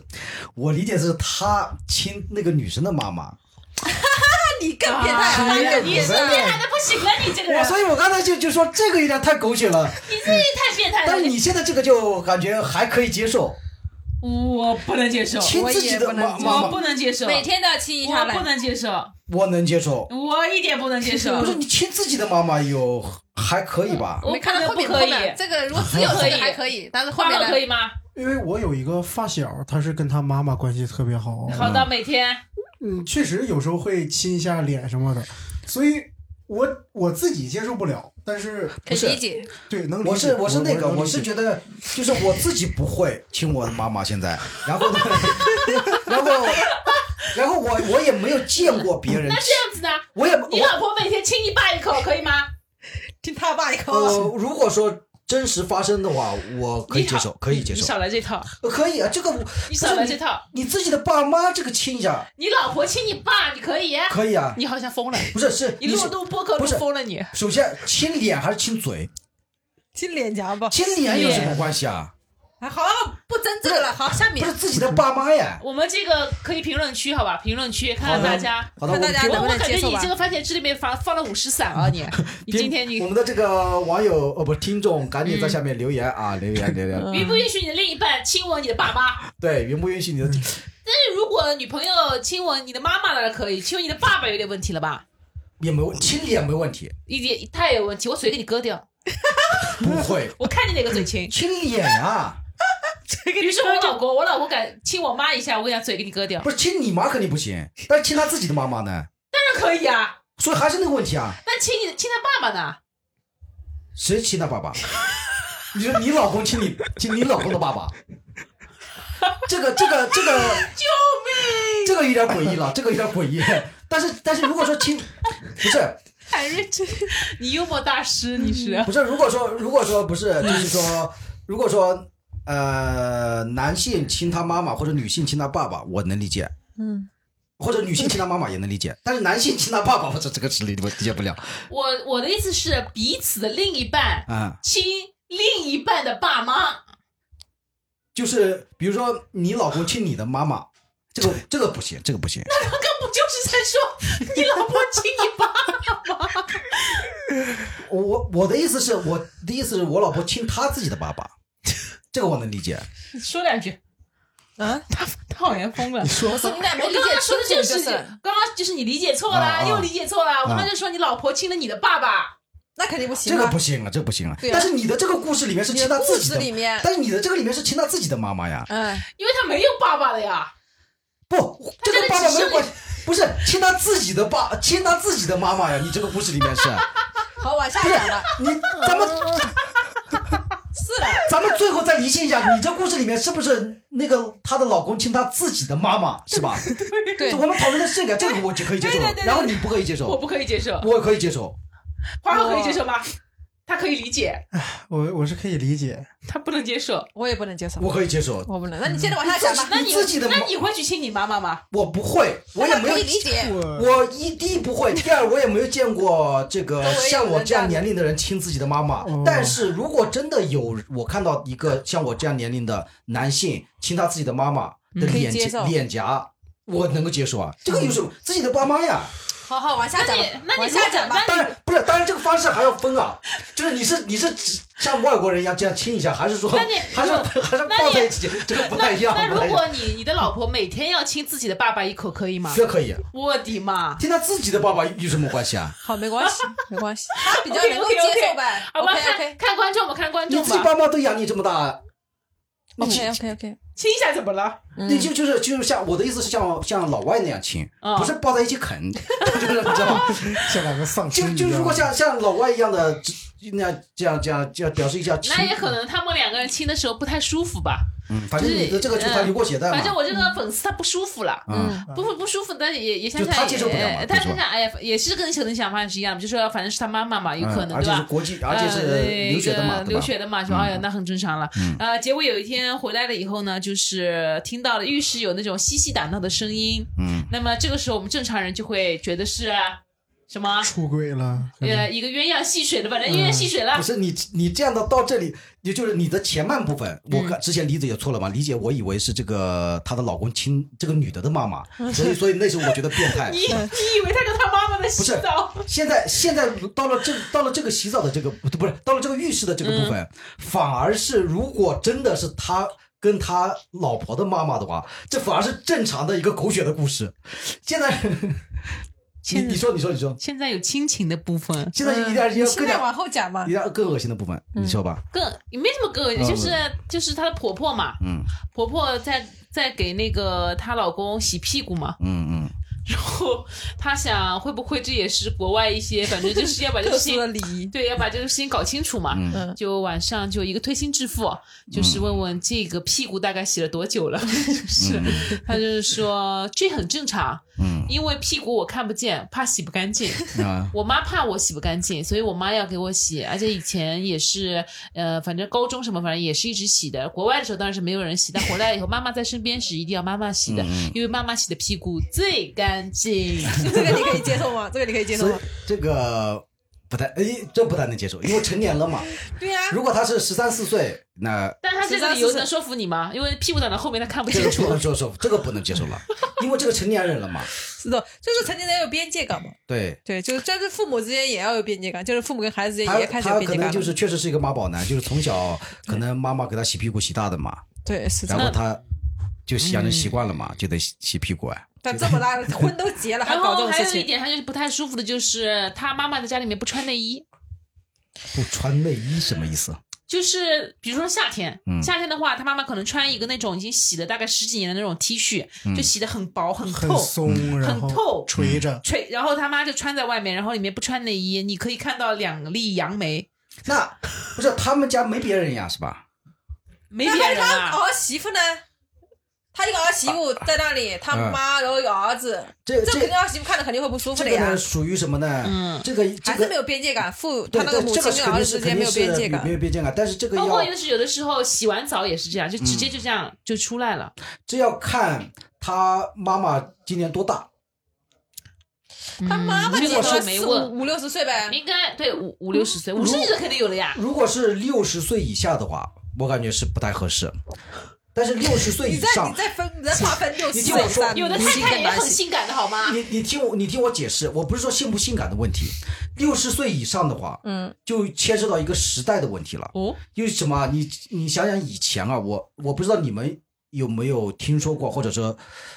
A: 我理解的是他亲那个女生的妈妈，
E: 那你更变态，
D: 啊
E: 他更
D: 你
E: 变
D: 是
E: 态。
D: 变态的不行了，你这个
A: 我
D: 人，
A: 所以我刚才就就说这个有点太狗血了。
D: 你这也太变态了
A: 但，是你现在这个就感觉还可以接受，
D: 我不能接受，
A: 亲自己的妈妈
D: 哦我
A: 妈，
D: 不能接受，
E: 每天都要亲一下
D: 我
E: 呗
D: 不。能接受，
A: 我能接受。
D: 我一点不能接受
A: 不。是你亲自己的妈妈有还可以吧？
D: 我
E: 没看到后
D: 不
E: 面
D: 可
E: 后
D: 以，
E: 面这个如果只有这个还可 以，但是后
D: 花
E: 面
D: 花
E: 的
D: 可以吗？
B: 因为我有一个发小，他是跟他妈妈关系特别好，
D: 好的，每天
B: 嗯，确实有时候会亲一下脸什么的，所以我我自己接受不了，但是
E: 可以理解。
B: 对能理解。
A: 我是我是那个
B: 能理
A: 我是觉
B: 解
A: 得就是我自己不会亲我的妈妈现在，然 后呢，然后然后我我也没有见过别人
D: 那，这样子呢？
A: 我也
D: 你
A: 我
D: 老婆每天亲你爸一口可以吗？
E: 听他爸一口，啊
A: 呃如果说真实发生的话，我可以接受，可以接
D: 哦你
A: 受，
D: 少来这套，
A: 呃可以啊，这个我
D: 你
A: 不
D: 少
A: 是
D: 来这套。
A: 你自己的爸妈这个亲一下
D: 你老婆亲你爸，你可以？
A: 可以啊，
D: 你好像疯了，
A: 不是是
D: 你
A: 你
D: 录
A: 是
D: 录播客
A: 不
D: 录
A: 是
D: 疯了你。
A: 首先亲脸还是亲嘴？
E: 亲脸颊吧。
A: 亲脸有什么关系
E: 哎
A: 啊？
E: 好，不争这个了。好，下
A: 不
E: 面
A: 是自己的爸妈呀。
D: 我们这个可以评论区好吧？评论区看看大家。
A: 好的，我
E: 看大
A: 们
E: 家
A: 评
E: 能
D: 我
E: 不
D: 我
E: 能
D: 感
E: 接
D: 觉
E: 受
D: 你
E: 吧
D: 这？个番茄汁里面放放了五十散啊你！你今天
A: 嗯
D: 你
A: 我们的这个网友呃不听众，赶紧在下面留言
E: 嗯
A: 啊，留言留言。
D: 允不允许你的另一半亲吻你的爸妈？
A: 对，允不允许你的？
E: 嗯
D: 但是如果女朋友亲吻你的妈妈了可以，亲吻你的爸爸有点问题了吧？
A: 也没问亲脸没问题，
D: 一点太有问题，我嘴给你割掉，
A: 不会
D: 我看你哪个嘴亲。
A: 亲脸啊，
D: 于是我老公，我老公敢亲我妈一下，我给他嘴给你割掉，
A: 不是亲你妈肯定不行，但是亲他自己的妈妈呢？
D: 当然可以啊。
A: 所以还是那个问题啊，
D: 那亲你亲他爸爸呢？
A: 谁亲他爸爸？你说你老公亲你亲你老公的爸爸，这个这个这个，救命！这个有点诡异了，这个有点诡异。但是但是如果说亲，不是
E: 海瑞这
D: 你幽默大师，你是
A: 不是，如果说如果说不是，就是说，如果说呃，男性亲他妈妈或者女性亲他爸爸，我能理解，
E: 嗯，
A: 或者女性亲他妈妈也能理解，但是男性亲他爸爸，我这这个是理理解不了
D: 我我的意思是彼此的另一半
A: 啊、嗯
D: 亲另一半的爸妈，
A: 就是比如说你老公亲你的妈妈，这个这个不行，这个不行。
D: 刚刚不就是在说你老婆亲你爸爸吗？
A: 我我我的意思是我的意思是我老婆亲她自己的爸爸，这个我能理解。
D: 你 说两句，
E: 啊，
D: 他他好像疯了。
E: 我说你俩没
D: 我
E: 理
D: 刚
E: 解
D: 刚
E: 清
D: 说的
E: 楚
D: 就，
E: 就是是，
D: 刚刚就是你理解错了，
A: 啊啊
D: 又理解错了。我刚刚就说你老婆亲了你的爸爸，
E: 那肯定不行
A: 这个
E: 啊。
A: 不行啊，这个不行啊。
E: 对啊
A: 但是你的这个故事里面是亲他自己
E: 你的故事里面
A: 但是你的这个里面是亲他自己的妈妈呀。
E: 嗯，
D: 因为他没有爸爸了呀。
A: 不，
D: 他
A: 这
D: 这
A: 个
D: 个
A: 爸爸
D: 只
A: 没
D: 是
A: 有关系，不是亲他自己的爸，亲他自己的妈妈呀！你这个故事里面是，
E: 好，往下讲吧。
A: 你咱们
E: 是的，
A: 咱们最后再理清一下，你这故事里面是不是那个她的老公亲她自己的妈妈是吧？
E: 对
A: 就我们讨论的是这个，这个我就可以接受
E: 对对对，对
A: 然后你不可以接
D: 我
A: 受，
D: 不可以接受，
A: 我可以接受，
D: 花花可以接受吗？他可以理解，
B: 我我是可以理解，
D: 他不能接受。
E: 我嗯也不能接受，
A: 我可以接受，
E: 我不能。那你接着往下讲吧。
D: 那你
A: 自己的
D: 那
A: 妈
D: 你会去亲你妈妈吗？
A: 我不会，我也没有
E: 可以。理解。
B: 我
A: 我一第一不会，第二我也没有见过这个
E: 周围有
A: 像我
E: 人
A: 这样
E: 这样
A: 年龄的人亲自己的妈妈
B: 哦。
A: 但是如果真的有我看到一个像我这样年龄的男性亲他自己的妈妈的
E: 可以
A: 脸
E: 接
A: 颊
E: 受
A: 脸颊，我能够接受 啊，这个有什么自己的爸妈呀？
E: 好好，往下讲吧。
D: 那你
E: 往下讲吧。
A: 当然不是，当然这个方式还要分啊，就是你是你是只像外国人一样这样亲一下，还是说
D: 那你
A: 还是还是抱在一起，这个不
D: 那
A: 太一样。
D: 那
A: 不太
D: 如
A: 一样
D: 果你你的老婆每天要亲自己的爸爸一口，可以吗？
A: 这可以啊
D: 我的妈！
A: 听他自己的爸爸有什么关系啊？
E: 好，没关 系，没关系，他比较能够接受呗。
D: 好吧，
E: OK
D: 看
E: OK
D: 看观众吧，看观
A: 你
D: 众
A: 自己
D: 吧。
A: 爸妈都养你这么大，你
E: OK
D: 嗯
E: OK OK。
D: 亲一下怎么了？
E: 嗯
A: 你就就是就是像我的意思是像像老外那样亲，
D: 啊
A: 不是抱在一起啃， 就是你知道 吗？
B: 像两个丧尸
A: 就
B: 一
A: 就
B: 样
A: 如果像像老外一样的这那样这样这样这样表示一下亲
D: 那，也可能他们两个人亲的时候不太舒服吧？
A: 嗯，反正你的这个就他流过血的嘛，
D: 嗯反正我这个粉丝他不舒服了，
A: 嗯，
D: 不不不舒服，但也也想
A: 就
D: 想，
A: 他接受不了嘛
D: 也
A: 比
D: 他
A: 如说
D: 想想，哎呀，也是跟可能想法是一样的，就说反正是他妈妈嘛，有可能、
A: 嗯而
D: 对
A: 且是
D: 吧？
A: 国际，而且
D: 呃
A: 是
D: 对
A: 流血的嘛，
D: 呃
A: 对吧嗯
D: 流？血的嘛，说哎呀，那很正常了。呃，结果有一天回来了以后呢，就是听到了浴室有那种嬉戏打闹的声音，
A: 嗯，
D: 那么这个时候我们正常人就会觉得是啊什么？
B: 出轨了，可能
D: 呃，一个鸳鸯戏水的，反正鸳鸯戏水了
A: 嗯不，是你，你这样的到这里，也就是你的前半部分，我
D: 嗯
A: 看之前理解也错了嘛，理解我以为是这个她的老公亲这个女的的妈 妈，所以所以那时候我觉得变态。
D: 你你以为他跟他妈妈在洗
A: 不是
D: 澡？
A: 现在现在到了这到了这个洗澡的这个不是到了这个浴室的这个部
E: 嗯
A: 分，反而是如果真的是他。跟他老婆的妈妈的话，这反而是正常的一个狗血的故事。现在，你
D: 现在
A: 你说你说你说，
D: 现在有亲情的部分，
A: 现在一点一
E: 嗯你
A: 点
E: 现
A: 更
E: 在
A: 加
E: 往后讲吧嗯
A: 一。点更恶心的部分，你说吧，
D: 更没什么更恶心，
A: 嗯
D: 就是就是她的婆婆嘛，
A: 嗯
D: 婆婆在在给那个她老公洗屁股嘛，
A: 嗯嗯，
D: 然后她想会不会这也是国外一些，反正就是要把这个
E: 特
D: 事
E: 殊的
D: 情
E: 礼仪，
D: 对要把这个事情搞清楚嘛。
A: 嗯
E: 嗯
D: 就晚上就一个推心置腹，就是问问这个屁股大概洗了多久了， 就是她就是说这很正常，
A: 嗯
D: 因为屁股我看不见，怕洗不干净。
A: 啊，
D: 我妈怕我洗不干净，所以我妈要给我洗，而且以前也是，呃，反正高中什么，反正也是一直洗的。国外的时候当然是没有人洗，但回来以后妈妈在身边时一定要妈妈洗的，因为妈妈洗的屁股最干净。
E: 这个你可以接受吗？这个你可以接受
A: 所以
E: 吗？
A: 这个不太，哎，这不太能接受，因为成年了 嘛。
E: 对啊呀、
A: 如果他是十三四岁，那
D: 但她这个理由能说服你吗？因为屁股长到后面她看不
A: 这 个
D: 清
A: 不
D: 楚
A: 能。接受，这个不能接受了，因为这个成年人了嘛。
E: 是的，就是成年人要有边界感嘛。
A: 对，
E: 对，就是但是父母之间也要有边界感，就是父母跟孩子之间
A: 他
E: 也开始有
A: 他
E: 边
A: 可
E: 界感
A: 能
E: 了。
A: 就是确实是一个妈宝男，就是从小可能妈妈给他洗屁股洗大的嘛，
E: 对，是这
A: 然后
E: 样。
A: 他就养成
E: 嗯
A: 习惯了嘛，就得洗洗屁股哎。
E: 但这么大的婚都结了，还
D: 然
E: 搞这
D: 后
E: 种
D: 还
E: 事
D: 有一
E: 情，
D: 点，她就是不太舒服的，就是她妈妈在家里面不穿内衣，
A: 不穿内衣什么意思？
D: 就是比如说夏天，
A: 嗯
D: 夏天的话，她妈妈可能穿一个那种已经洗了大概十几年的那种 T 恤，就洗的很薄很
B: 很
D: 透，
B: 松，然
D: 很透
A: 嗯
B: 后垂着，
D: 吹，然后他妈就穿在外面，然后里面不穿内衣，你可以看到两粒杨梅，
A: 那不是他们家没别人呀，是吧？
D: 没
E: 那
D: 别
E: 他
D: 人
E: 他
D: 啊。
E: 儿媳妇呢？他一个儿媳妇在那
D: 啊
E: 里，他妈，然后有儿子，
A: 这
E: 这肯
A: 这
E: 定儿媳妇看着肯定会不舒服
A: 这
E: 的
A: 个
E: 呀嗯
A: 呢，，属于什么呢？这个这
E: 还是
A: 个
E: 没有边界感，父
A: 对
E: 他那个
A: 对
E: 母
A: 这个
E: 亲
A: 是
E: 跟
A: 肯
E: 儿
A: 定
E: 子
A: 是
E: 之
A: 肯
E: 间没
A: 定
E: 有
A: 是
E: 边界
A: 没
E: 感
A: 有，边界感，但是这个
D: 包括就
A: 要
D: 是有的时候洗完澡也是这样，就
A: 嗯
D: 直接就这样就出来了。
A: 这要看他妈妈今年多大。嗯
E: 他妈妈
D: 这
E: 也
D: 个
E: 说
D: 是没
E: 四
D: 问，
E: 五五六十岁呗，
D: 应该对五五六十岁，五十岁肯定有了呀。
A: 如果是六十岁以下的话，我感觉是不太合适。但是六十岁
E: 你
A: 以
E: 在
A: 上
E: 你，在分你在划分六十
A: 你听我
E: 岁
A: 说
E: 三，
D: 有的
E: 女
D: 太
E: 性
D: 太
E: 跟
D: 也
E: 男
D: 很
E: 性
D: 性感的好吗？
A: 你你听我你听我解释，我不是说性不性感的问题。六十岁以上的话，
E: 嗯，
A: 就牵涉到一个时代的问题了。
D: 哦，
A: 因为什么啊？你你想想以前啊，我我不知道你们有没有听说过，或者说，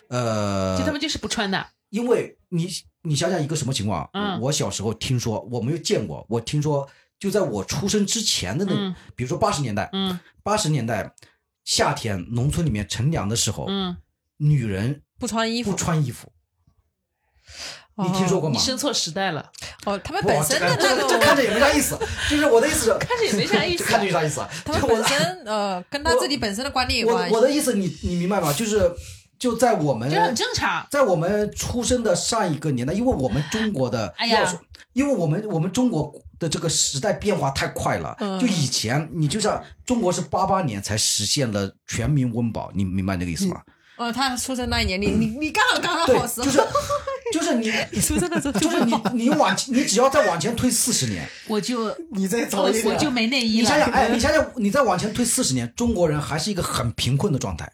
A: 呃
D: 就，他们就是不穿的，
A: 因为你你想想一个什么情况啊？
D: 嗯
A: 我小时候听说，我没有见过，我听说就在我出生之前的那，
D: 嗯
A: 比如说八十年代，
D: 嗯
A: 八十年代夏天农村里面乘凉的时候，
D: 嗯，
A: 女人
E: 不穿衣
A: 不
E: 服，
A: 穿衣服，你听说过
D: 哦你
A: 吗？
D: 生错时代了，
E: 哦，他们
A: 哇
E: 本身的
A: 这个
E: 那
A: 这
E: 种
A: 这看着也没啥意思，就是我的意思是，
D: 看着也没啥意思
A: 这 看着有啥意思啊？
E: 他们
A: 就我
E: 本
A: 的
E: 身呃，跟他自己本身的观念有关
A: 我
E: 系
A: 我。的意思你，你明白吗？就是就在我们
D: 这很正常。
A: 在我们出生的上一个年代，因为我们中国的，
D: 哎呀
A: 要说，因为我们我们中国的这个时代变化太快了，
E: 嗯
A: 就以前你就像中国是八八年才实现了全民温饱，你明白这个意思吗？
E: 哦，他出生那一年，你你你刚好刚刚
A: 对
E: 哦好时，候
A: 就，是就是你
E: 你出生的时候
A: 就是你你往你只要再往前推四十年，
D: 我 就
B: 你再早一
D: 我
B: 点，
D: 就没内衣
A: 你想想，
D: 了。
A: 哎，你想想，你再往前推四十年，中国人还是一个很贫困的状态，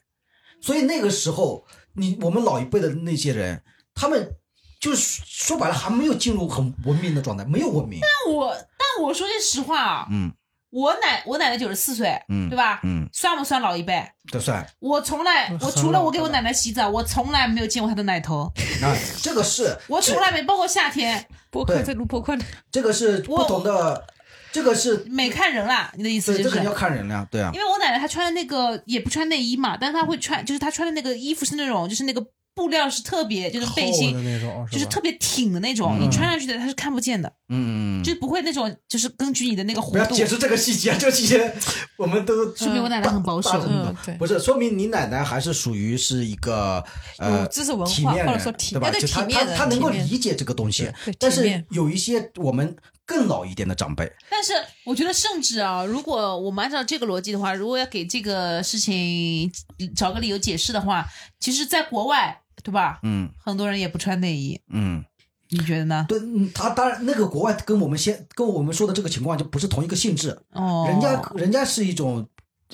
A: 所以那个时候，你我们老一辈的那些人，他们就是说白了还没有进入很文明的状态，没有文明。
D: 但我但我说句实话啊，
A: 嗯
D: 我奶我奶奶九十四岁，
A: 嗯
D: 对吧？
A: 嗯，
D: 算不算老一辈？
A: 这算
D: 我从来，
B: 嗯
D: 我除了我给我奶奶洗澡，我从来没有见过她的奶头，
A: 啊，这个是
D: 我从来没，包括夏天
E: 播
A: 客
E: 客
A: 在
E: 在录播客呢。
A: 这个是不同的，这个是
D: 没看人啦。你的意思
A: 对，这
D: 就
A: 肯
D: 是
A: 定，要看人了，对啊
D: 因，为我奶奶她穿的那个也不穿内衣嘛，但是她会穿，就是她穿的那个衣服是那种，就是那个布料是特别就是背
B: 厚的
D: 心。
B: 那种，
D: 就是
B: 吧
D: 特别挺的那种，你穿上去的它是看不见的，
A: 嗯，嗯嗯
D: 就不会那种就是根据你的那个弧
A: 不要
D: 度。
A: 解释这个细节，这个细节我们都
D: 说明我奶奶很保守，
E: 嗯，对，
A: 不是，说明你奶奶还是属于是一个呃
E: 有知识文化
A: 体面人
E: 或者说体
A: 对吧？
E: 哎对
A: 就她
E: 体面
A: 她
E: 人
A: 她能够
E: 体面
A: 理解这个东西
E: 对对，
A: 但
E: 体
A: 是
E: 面
A: 有一些我们更老一点的长辈，
D: 但是我觉得，甚至啊，如果我们按照这个逻辑的话，如果要给这个事情找个理由解释的话，其实，在国外，对吧？
A: 嗯
D: 很多人也不穿内衣，
A: 嗯，
D: 你觉得呢？
A: 对，嗯他当然那个国外跟我们现跟我们说的这个情况就不是同一个性质，
D: 哦，
A: 人家人家是一种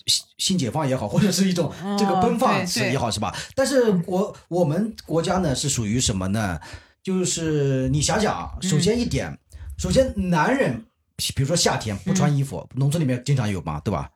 A: 性性解放也好，或者是一种
D: 哦
A: 这个奔放
D: 对
A: 是
D: 对
A: 也好，是吧？但是我我们国家呢是属于什么呢？就是你想想啊，
D: 嗯
A: 首先一点，首先男人。比如说夏
D: 嗯
A: 天不穿衣服，农村里面经常有嘛，对吧？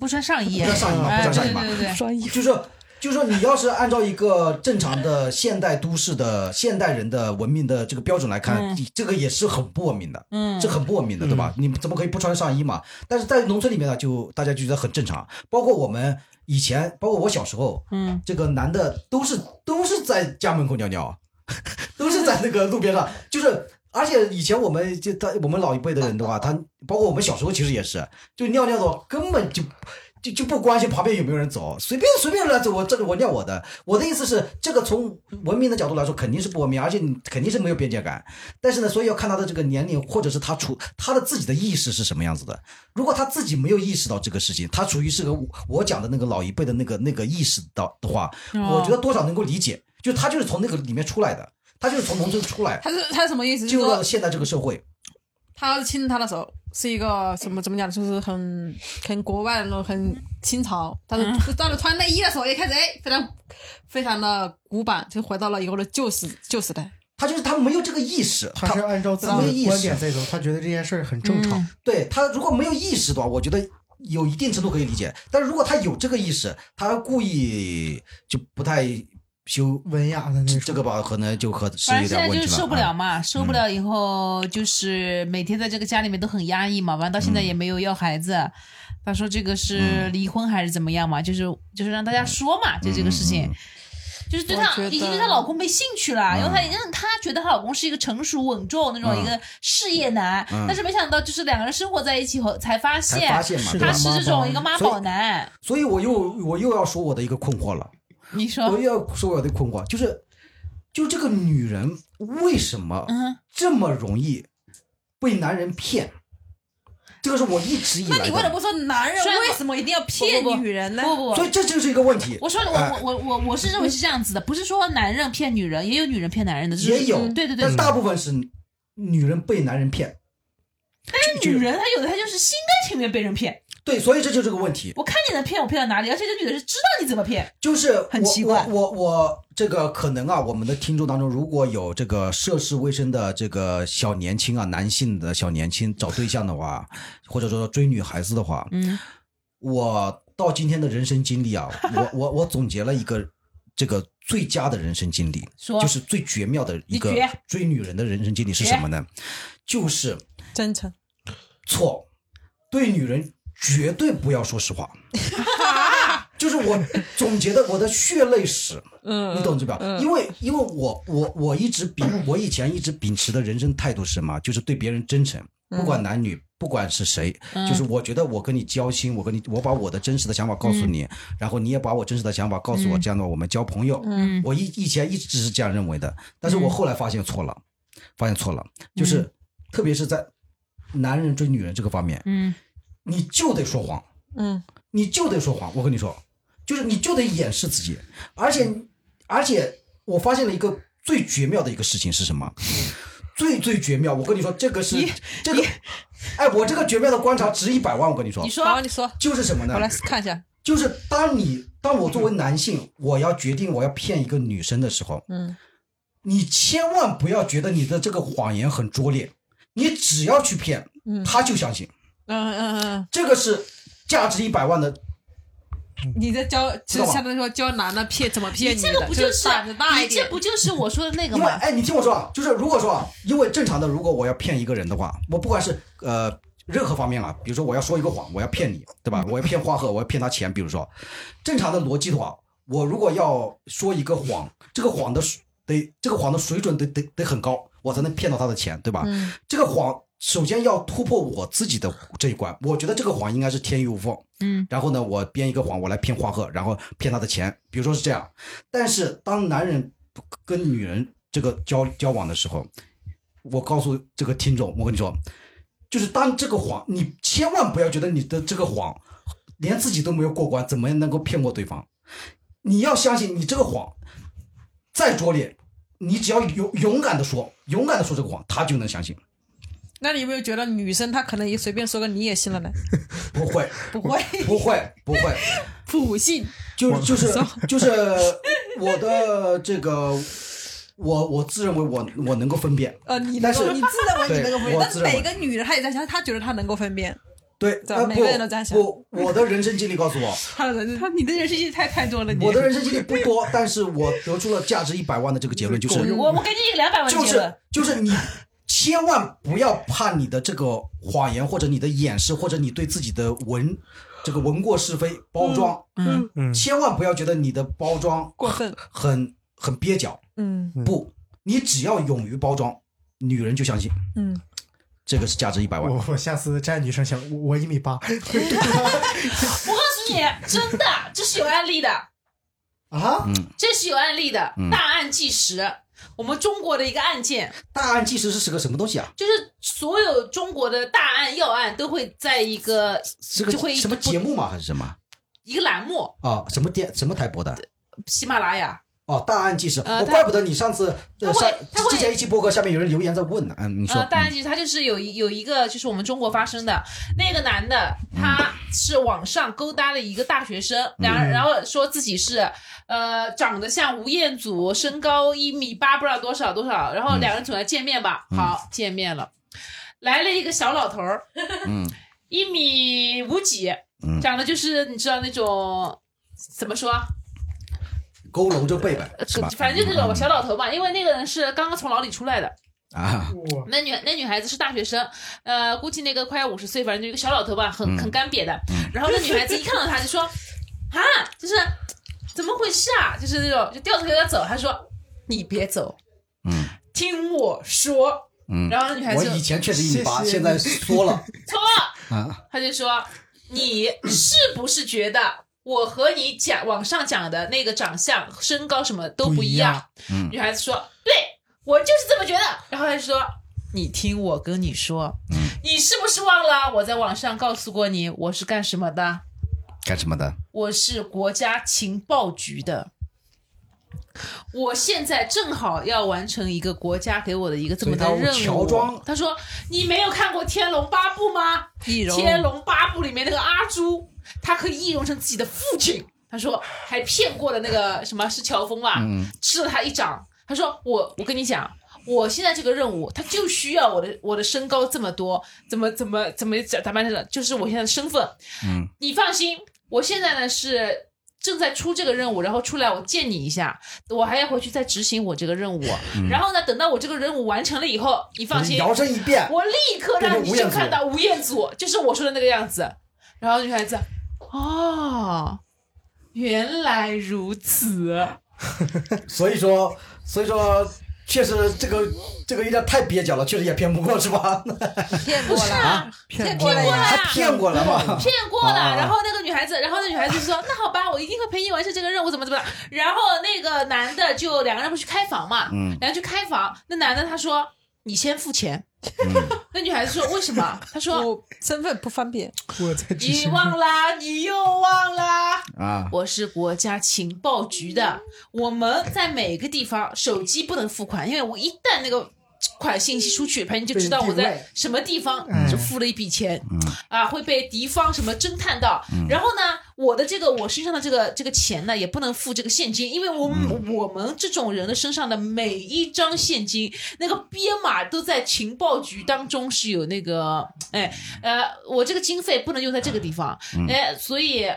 D: 不穿上衣，
A: 不穿上衣嘛
D: 哎
A: 不穿上衣嘛
D: 对对对对，
E: 双衣
A: 就是说就是说你要是按照一个正常的现代都市的现代人的文明的这个标准来看，这个也是很不文明的。
D: 嗯，
A: 这很不文明的，对吧？你怎么可以不穿上衣嘛？但是在农村里面呢，就大家就觉得很正常。包括我们以前，包括我小时候，
D: 嗯，
A: 这个男的都是都是在家门口尿尿， 都是在那个路边上，就是。而且以前我们就他我们老一辈的人的话，他包括我们小时候其实也是，就尿尿的话根本就就就不关心旁边有没有人走，随便随便来走，我这我尿我的。我的意思是，这个从文明的角度来说肯定是不文明，而且你肯定是没有边界感。但是呢，所以要看他的这个年龄，或者是他处他的自己的意识是什么样子的。如果他自己没有意识到这个事情，他处于是个我我讲的那个老一辈的那个那个意识到的话，我觉得多少能够理解，
B: 哦
A: 就他就是从那个里面出来的，他就是从农村出来，
E: 他是他是什么意思？
A: 进
E: 就是
A: 入到
E: 说
A: 现在这个社会。
E: 他亲他的手是一个什么怎么讲？就是很很国外的那种，很清朝。但是
D: 嗯
E: 到了穿内衣的时候，一开始哎，非常非常的古板，就回到了以后的旧时旧时代。
A: 他就是他没有这个意识，
B: 他是按照自己的观点在走，他觉得这件事儿很正常。
A: 对他如果没有意识的话，我觉得有一定程度可以理解。但是如果他有这个意识，他故意就不太修
B: 文雅的那
A: 这
B: 种，
A: 这个吧，可能就和是
D: 反
A: 有
D: 正现
A: 点
D: 在
A: 问
D: 就
A: 题
D: 是受不
A: 啊
D: 了嘛，受不了以后就是每天在这个家里面都很压抑嘛，完到现在也
A: 嗯
D: 没有要孩子。他说这个是离婚还是怎么样嘛，就是就是让大家说嘛，就这个事
A: 嗯
D: 情。就是对她
E: 我觉得
D: 已经对她老公没兴趣了，因为她
A: 嗯
D: 让她觉得她老公是一个成熟稳重那种一个事业男，但是没想到就是两个人生活在一起后才发
A: 嗯才
D: 现
A: 发现嘛，
B: 是
A: 对
B: 的
A: 吧
D: 他是这种一个妈
A: 所以
D: 宝男。
A: 所以我又我又要说我的一个困惑了，
D: 你说
A: 我又要说我的困惑，就是就这个女人为什么
D: 嗯
A: 这么容易被男人骗？这个是我一直以
E: 那
A: 来
E: 你为什
A: 的，
E: 么说男人
D: 虽然我
E: 为什么一定要骗
D: 不不不
E: 女人呢？
D: 不不不，
A: 所以这就是一个问题。
D: 我说我
A: 哎
D: 我我我我是认为是这样子的，不是说男人骗女人，也有女人骗男人的，就是
A: 也有
D: 嗯对对对
A: 但，大部分是女人被男人骗，
D: 但是女人她有的她就是心甘情愿被人骗，
A: 对，所以这就是个问题。
D: 我看你能骗我骗到哪里，而且这女的是知道你怎么骗，
A: 就是我
D: 很奇怪
A: 我我我这个可能啊，我们的听众当中如果有这个涉世未深的这个小年轻啊，男性的小年轻找对象的话，或者说追女孩子的话，
D: 嗯，
A: 我到今天的人生经历啊，我我我总结了一个这个最佳的人生经历，
D: 说
A: 就是最绝妙的一个
D: 你绝
A: 追女人的人生经历是什么呢？就是
E: 真诚，
A: 错，对女人绝对不要说实 话。就是我总结的我的血泪史，
E: 嗯
A: 你懂这表？因为因为我我我一直秉我以前一直秉持的人生态度是什么？就是对别人真诚，不
E: 嗯
A: 管男女，不管是谁，就是我觉得我跟你交心，我跟你我把我的真实的想法告诉
E: 嗯
A: 你，然后你也把我真实的想法告诉我，这样的话我们交朋友。
D: 嗯
A: 我以以前一直是这样认为的，但
E: 嗯
A: 是我后来发现错了，发现错了，就是特别是在男人追女人这个方面，
D: 嗯
A: 你就得说谎。
E: 嗯，
A: 你就得说谎。我跟你说，就是你就得掩饰自己，而且而且我发现了一个最绝妙的一个事情是什么？最最绝妙！我跟你说，这个是这个，哎，我这个绝妙的观察值一百万。我跟你说
D: 你，说
E: 好，你说，
A: 就是什么呢
E: 我？来看一下。
A: 就是当你当我作为男性，我要决定我要骗一个女生的时候，
E: 嗯，
A: 你千万不要觉得你的这个谎言很拙劣，你只要去骗，他就相信。
E: 嗯嗯嗯
A: 这个是价值一百万的
E: 嗯，你在教，
A: 知
E: 就
A: 道
E: 是
A: 吧
E: 相当于说教男的骗怎么骗
D: 你
E: 女
D: 这
E: 的，
D: 个不
E: 就是胆子大一
D: 你这
E: 点。
D: 不就是我说的那个
A: 因为
D: 吗？
A: 哎，你听我说啊，就是如果说啊，因为正常的，如果我要骗一个人的话，我不管是呃任何方面啊，比如说我要说一个谎，我要骗你，对吧？我要骗花鹤，我要骗他钱，比如说正常的逻辑的话，我如果要说一个谎，这个谎的水得这个谎的水准得得得很高，我才能骗到他的钱，对吧？
D: 嗯
A: 这个谎首先要突破我自己的这一关，我觉得这个谎应该是天衣无缝。
D: 嗯，
A: 然后呢，我编一个谎，我来骗花鹤，然后骗他的钱，比如说是这样。但是当男人跟女人这个交交往的时候，我告诉这个听众，我跟你说，就是当这个谎，你千万不要觉得你的这个谎连自己都没有过关，怎么能够骗过对方？你要相信，你这个谎再拙劣，你只要勇勇敢的说，勇敢的说这个谎，他就能相信。
E: 那你有没有觉得女生她可能也随便说个你也信了呢？
A: 不会，
E: 不 会，
A: 不会，不会，
E: 普信。
A: 就就是就是我的这个，我我自认为我我能够分辨，
E: 呃，你能
A: 但
E: 够
A: 是
E: 你自认为你能够分
A: 对
E: 辨，
A: 我
E: 但
A: 自
E: 是
A: 认为
E: 每个女人她也在想，她觉得她能够分辨，
A: 对，
E: 对
A: 呃
E: 每
A: 不
E: 个人都这样想
A: 不，我的人生经历告诉 我，
E: 她的人
D: 他你的人生经历太太多了，你
A: 我的人生经历不多，但是我得出了价值一百万的这个结论，就是
D: 我我给你一个两百万结
A: 就
D: 论，
A: 是就是你千万不要怕你的这个谎言，或者你的掩饰，或者你对自己的文这个文过是非包装，
D: 嗯
B: 嗯
A: 千万不要觉得你的包装
E: 过分，
A: 很很蹩脚，
E: 嗯
A: 不，你只要勇于包装，女人就相信，
E: 嗯，
A: 这个是价值一百万。
B: 我我下次站女生想，我我一米八
D: 我告诉你，真的这是有案例的，
E: 嗯
B: 啊，
D: 这是有案例的，大案纪实。我们中国的一个案件，
A: 大案纪实是个什么东西啊？
D: 就是所有中国的大案要案都会在一个
A: 是个
D: 就会
A: 什么节目吗？还是什么？
D: 一个栏目，
A: 啊，什么电什么台播的？
D: 喜马拉雅。
A: 哦，大案纪实，
D: 呃
A: 我
D: 他
A: 怪不得你上次
D: 他
A: 呃
D: 会
A: 上
D: 他会
A: 之前一期播客下面有人留言在问呢，嗯，你说
D: 呃，大案纪实它就是有一有一个就是我们中国发生的那个男的，
A: 嗯
D: 他是网上勾搭了一个大学生，
A: 嗯
D: 然后然后说自己是呃长得像吴彦祖，身高一米八不知道多少多
A: 嗯
D: 少，然后两人总要见面吧，好见面了，来了一个小老头儿，
A: 嗯
D: 一米五几
A: 嗯，
D: 长得就是你知道那种怎么说啊，
A: 勾龙就贝贝是吧？
D: 呃反正就
A: 嗯
D: 那种小老头嘛，因为那个人是刚刚从牢里出来的。
A: 啊，
B: 我
D: 那女那女孩子是大学生，呃，估计那个快要五十岁，反正就一个小老头吧，很
A: 嗯
D: 很干瘪的。然后那女孩子一看到他就说：“啊，就是怎么回事啊？就是那种就掉头就要走。”他说：“你别走，
A: 嗯
D: 听我说。”
A: 嗯
D: 然后那女孩
A: 我
D: 子就
A: 以前确实一米八，
B: 谢谢
A: 现在缩了
D: 错了，
A: 啊，
D: 他就说：“你是不是觉得我和你讲网上讲的那个长相、身高什么都不一样？”
A: 嗯
D: 女孩子说：“对我就是这么觉得。”然后他就说：“你听我跟你说，
A: 嗯
D: 你是不是忘了我在网上告诉过你我是干什么的？
A: 干什么的？
D: 我是国家情报局的。”我现在正好要完成一个国家给我的一个这么的
A: 所以他
D: 任
A: 乔
D: 务。
A: 装
D: 他说：“你没有看过《天龙八部》吗？
E: 易
D: 《
E: 容，
D: 天龙八部》里面那个阿朱，他可以易容成自己的父亲。他说还骗过的那个什么是乔峰吧，吃了他一掌。他说我我跟你讲，我现在这个任务，他就需要我的我的身高这么多，怎么怎么怎么怎么办的，就是我现在的身份。
A: 嗯，
D: 你放心，我现在呢是。正在出这个任务，然后出来我见你一下，我还要回去再执行我这个任务。然后呢，等到我这个任务完成了以后，你放心，
A: 摇身一变，
D: 我立刻让你就看到吴彦祖，就是我说的那个样子。然后女孩子，哦，原来如此。
A: 所以说所以说。确实，这个这个有点太蹩脚了，确实也骗不过，是吧？
E: 骗过了，
A: 啊，
E: 骗
D: 过
E: 过
D: 来
E: 了
D: 呀
E: 呀，
A: 还骗过了吗？
D: 骗过
A: 啊
D: 了，然后那个女孩子，然后那女孩子就说：“那好吧，我一定会陪你完成这个任务，怎么怎么的。”然后那个男的就两个人不去开房嘛，
A: 嗯
D: 然后去开房，那男的他说：“你先付钱。 那女孩子说：“为什么？”他说
E: 我身份不方便，
B: 我在：“执
D: 你
B: 行。
D: 忘啦，你又忘啦。”
A: 啊，
D: 我是国家情报局的，我们在每个地方手机不能付款，因为我一旦那个款信息出去，朋友就知道我
B: 被定
D: 在
B: 位
D: 什么地方
B: 嗯
D: 就付了一笔钱，啊，会被敌方什么侦探到。然后呢，我的这个我身上的这个这个钱呢，也不能付这个现金，因为我们、我们这种人的身上的每一张现金，那个编码都在情报局当中是有那个，哎，呃，我这个经费不能用在这个地方，哎，所以。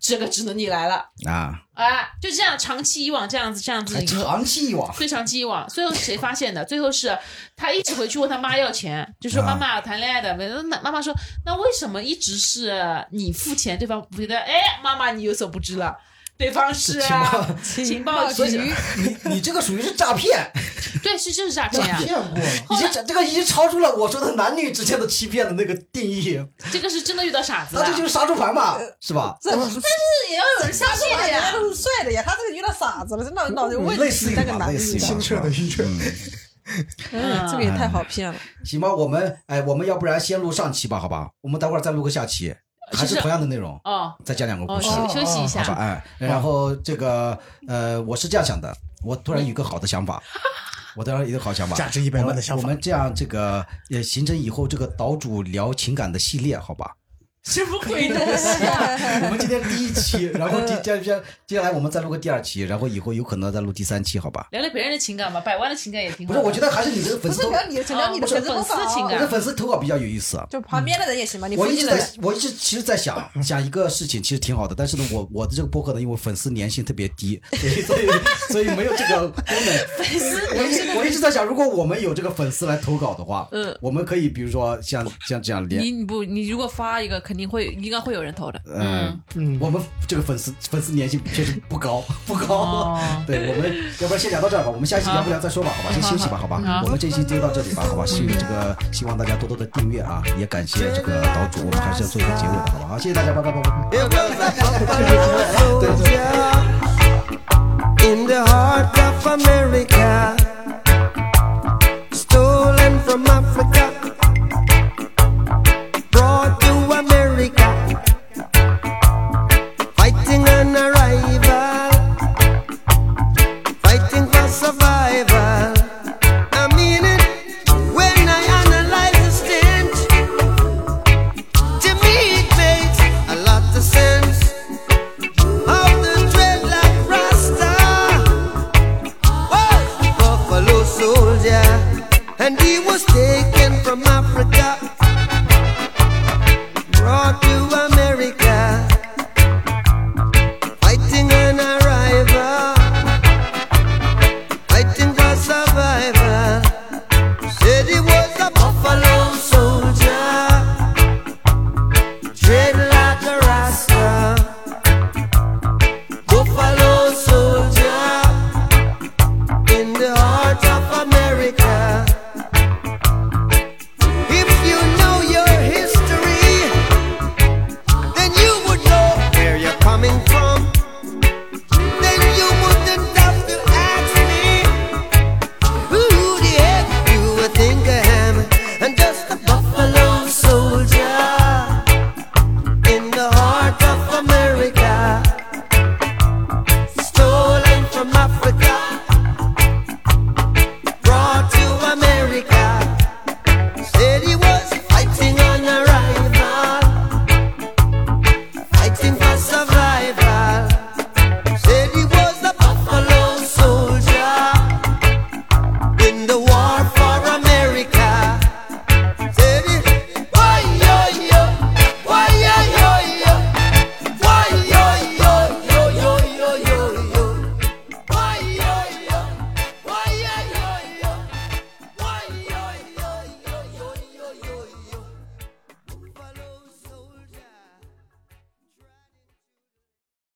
D: 这个只能你来了，
A: 啊，
D: 啊，就这样长期以往这样子这样子
A: 还
D: 以后，
A: 长期以往，
D: 非常期以往。最后是谁发现的？最后是他一直回去问他妈要钱，就说
A: 啊
D: 妈妈谈恋爱的，那妈妈说那为什么一直是你付钱，对方不觉得？哎，妈妈你有所不知了。对方是啊，情报
E: 局
D: 局，
A: 你你这个属于是诈骗，
D: 对，是就是诈
B: 我
D: 骗 啊，
B: 骗过了。
A: 已经这个已经超出了我说的男女之间的欺骗的那个定义，
D: 这个是真的遇到傻子
A: 那
D: 了
A: 这。就是杀猪盘嘛，是吧？
F: 这但是也要有人相信的呀，都是帅的呀，他这个遇到傻子了，这脑脑子有问
A: 嗯类似
F: 题，
A: 于
F: 那个
A: 吧，
F: 男
A: 类似
F: 的，
A: 于吧
B: 清澈的愚蠢，
F: 嗯，这个也太好骗了。
A: 行吧，我们哎，我们要不然先录上期吧，好吧？我们待会儿再录个下期，还是
D: 其实
A: 同样的内容，
D: 哦，
A: 再讲两个故
D: 哦，
A: 事，
D: 休休息一
A: 好吧？
D: 下，
A: 哎，然后这个呃，我是这样想的，我突然有一个好的想法，我突然有一个好想法，
B: 价值一百万的想
A: 我
B: 法
A: 们，这样这个也形成以后这个岛主聊情感的系列，好吧？
D: 什么鬼东西啊？
A: 我们今天第一期，然后接接接接下来我们再录个第二期，然后以后有可能再录第三期，好吧？
D: 聊聊别人的情感吧，百万的情感也挺
A: 不
D: 好
A: 是，
D: 的。
A: 我觉得还是你这个粉
F: 不
A: 丝
F: 是
A: 投，
F: 聊你的，聊
E: 啊
F: 你的
D: 哦
F: 粉丝投
D: 粉丝情
F: 稿，
A: 我
D: 感
A: 的粉丝投稿比较有意思。啊
F: 就旁边的人也行嘛，你
A: 我
F: 附
A: 一
F: 近
A: 直
F: 的
A: 在
F: 人，
A: 我一直其实在想想一个事情，其实挺好的，但是呢，我我的这个播客呢，因为粉丝粘性特别低，所以所以所以没有这个功能。
D: 粉丝
A: 我一我一直在想，如果我们有这个粉丝来投稿的话，嗯，我们可以比如说像像这样连，
E: 你你不你如果发一个，肯定会应该会有人投的。
A: 嗯，
B: 嗯，
A: 我们这个粉丝粉丝粘性确实不高不高
D: 哦。
A: 对我们，要不然先聊到这儿吧，我们下一期聊不聊再说吧，好吧，先休息吧，好吧，
D: 好
A: 我们这一期就到这里吧，好吧，希这个希望大家多多的订阅啊，也感谢这个岛主，我们还是要做一个结尾的，好吧，好，谢谢大家，拜拜拜拜。拜拜
G: It was a humble soldier in the heart of America, stolen from Africa, brought to America, fighting an arrival, fighting for survival. I mean it when I analyze the stench. To me, it makes a lot of sense. Of the dreadlock rasta, was a buffalo soldier, and he was taken from Africa.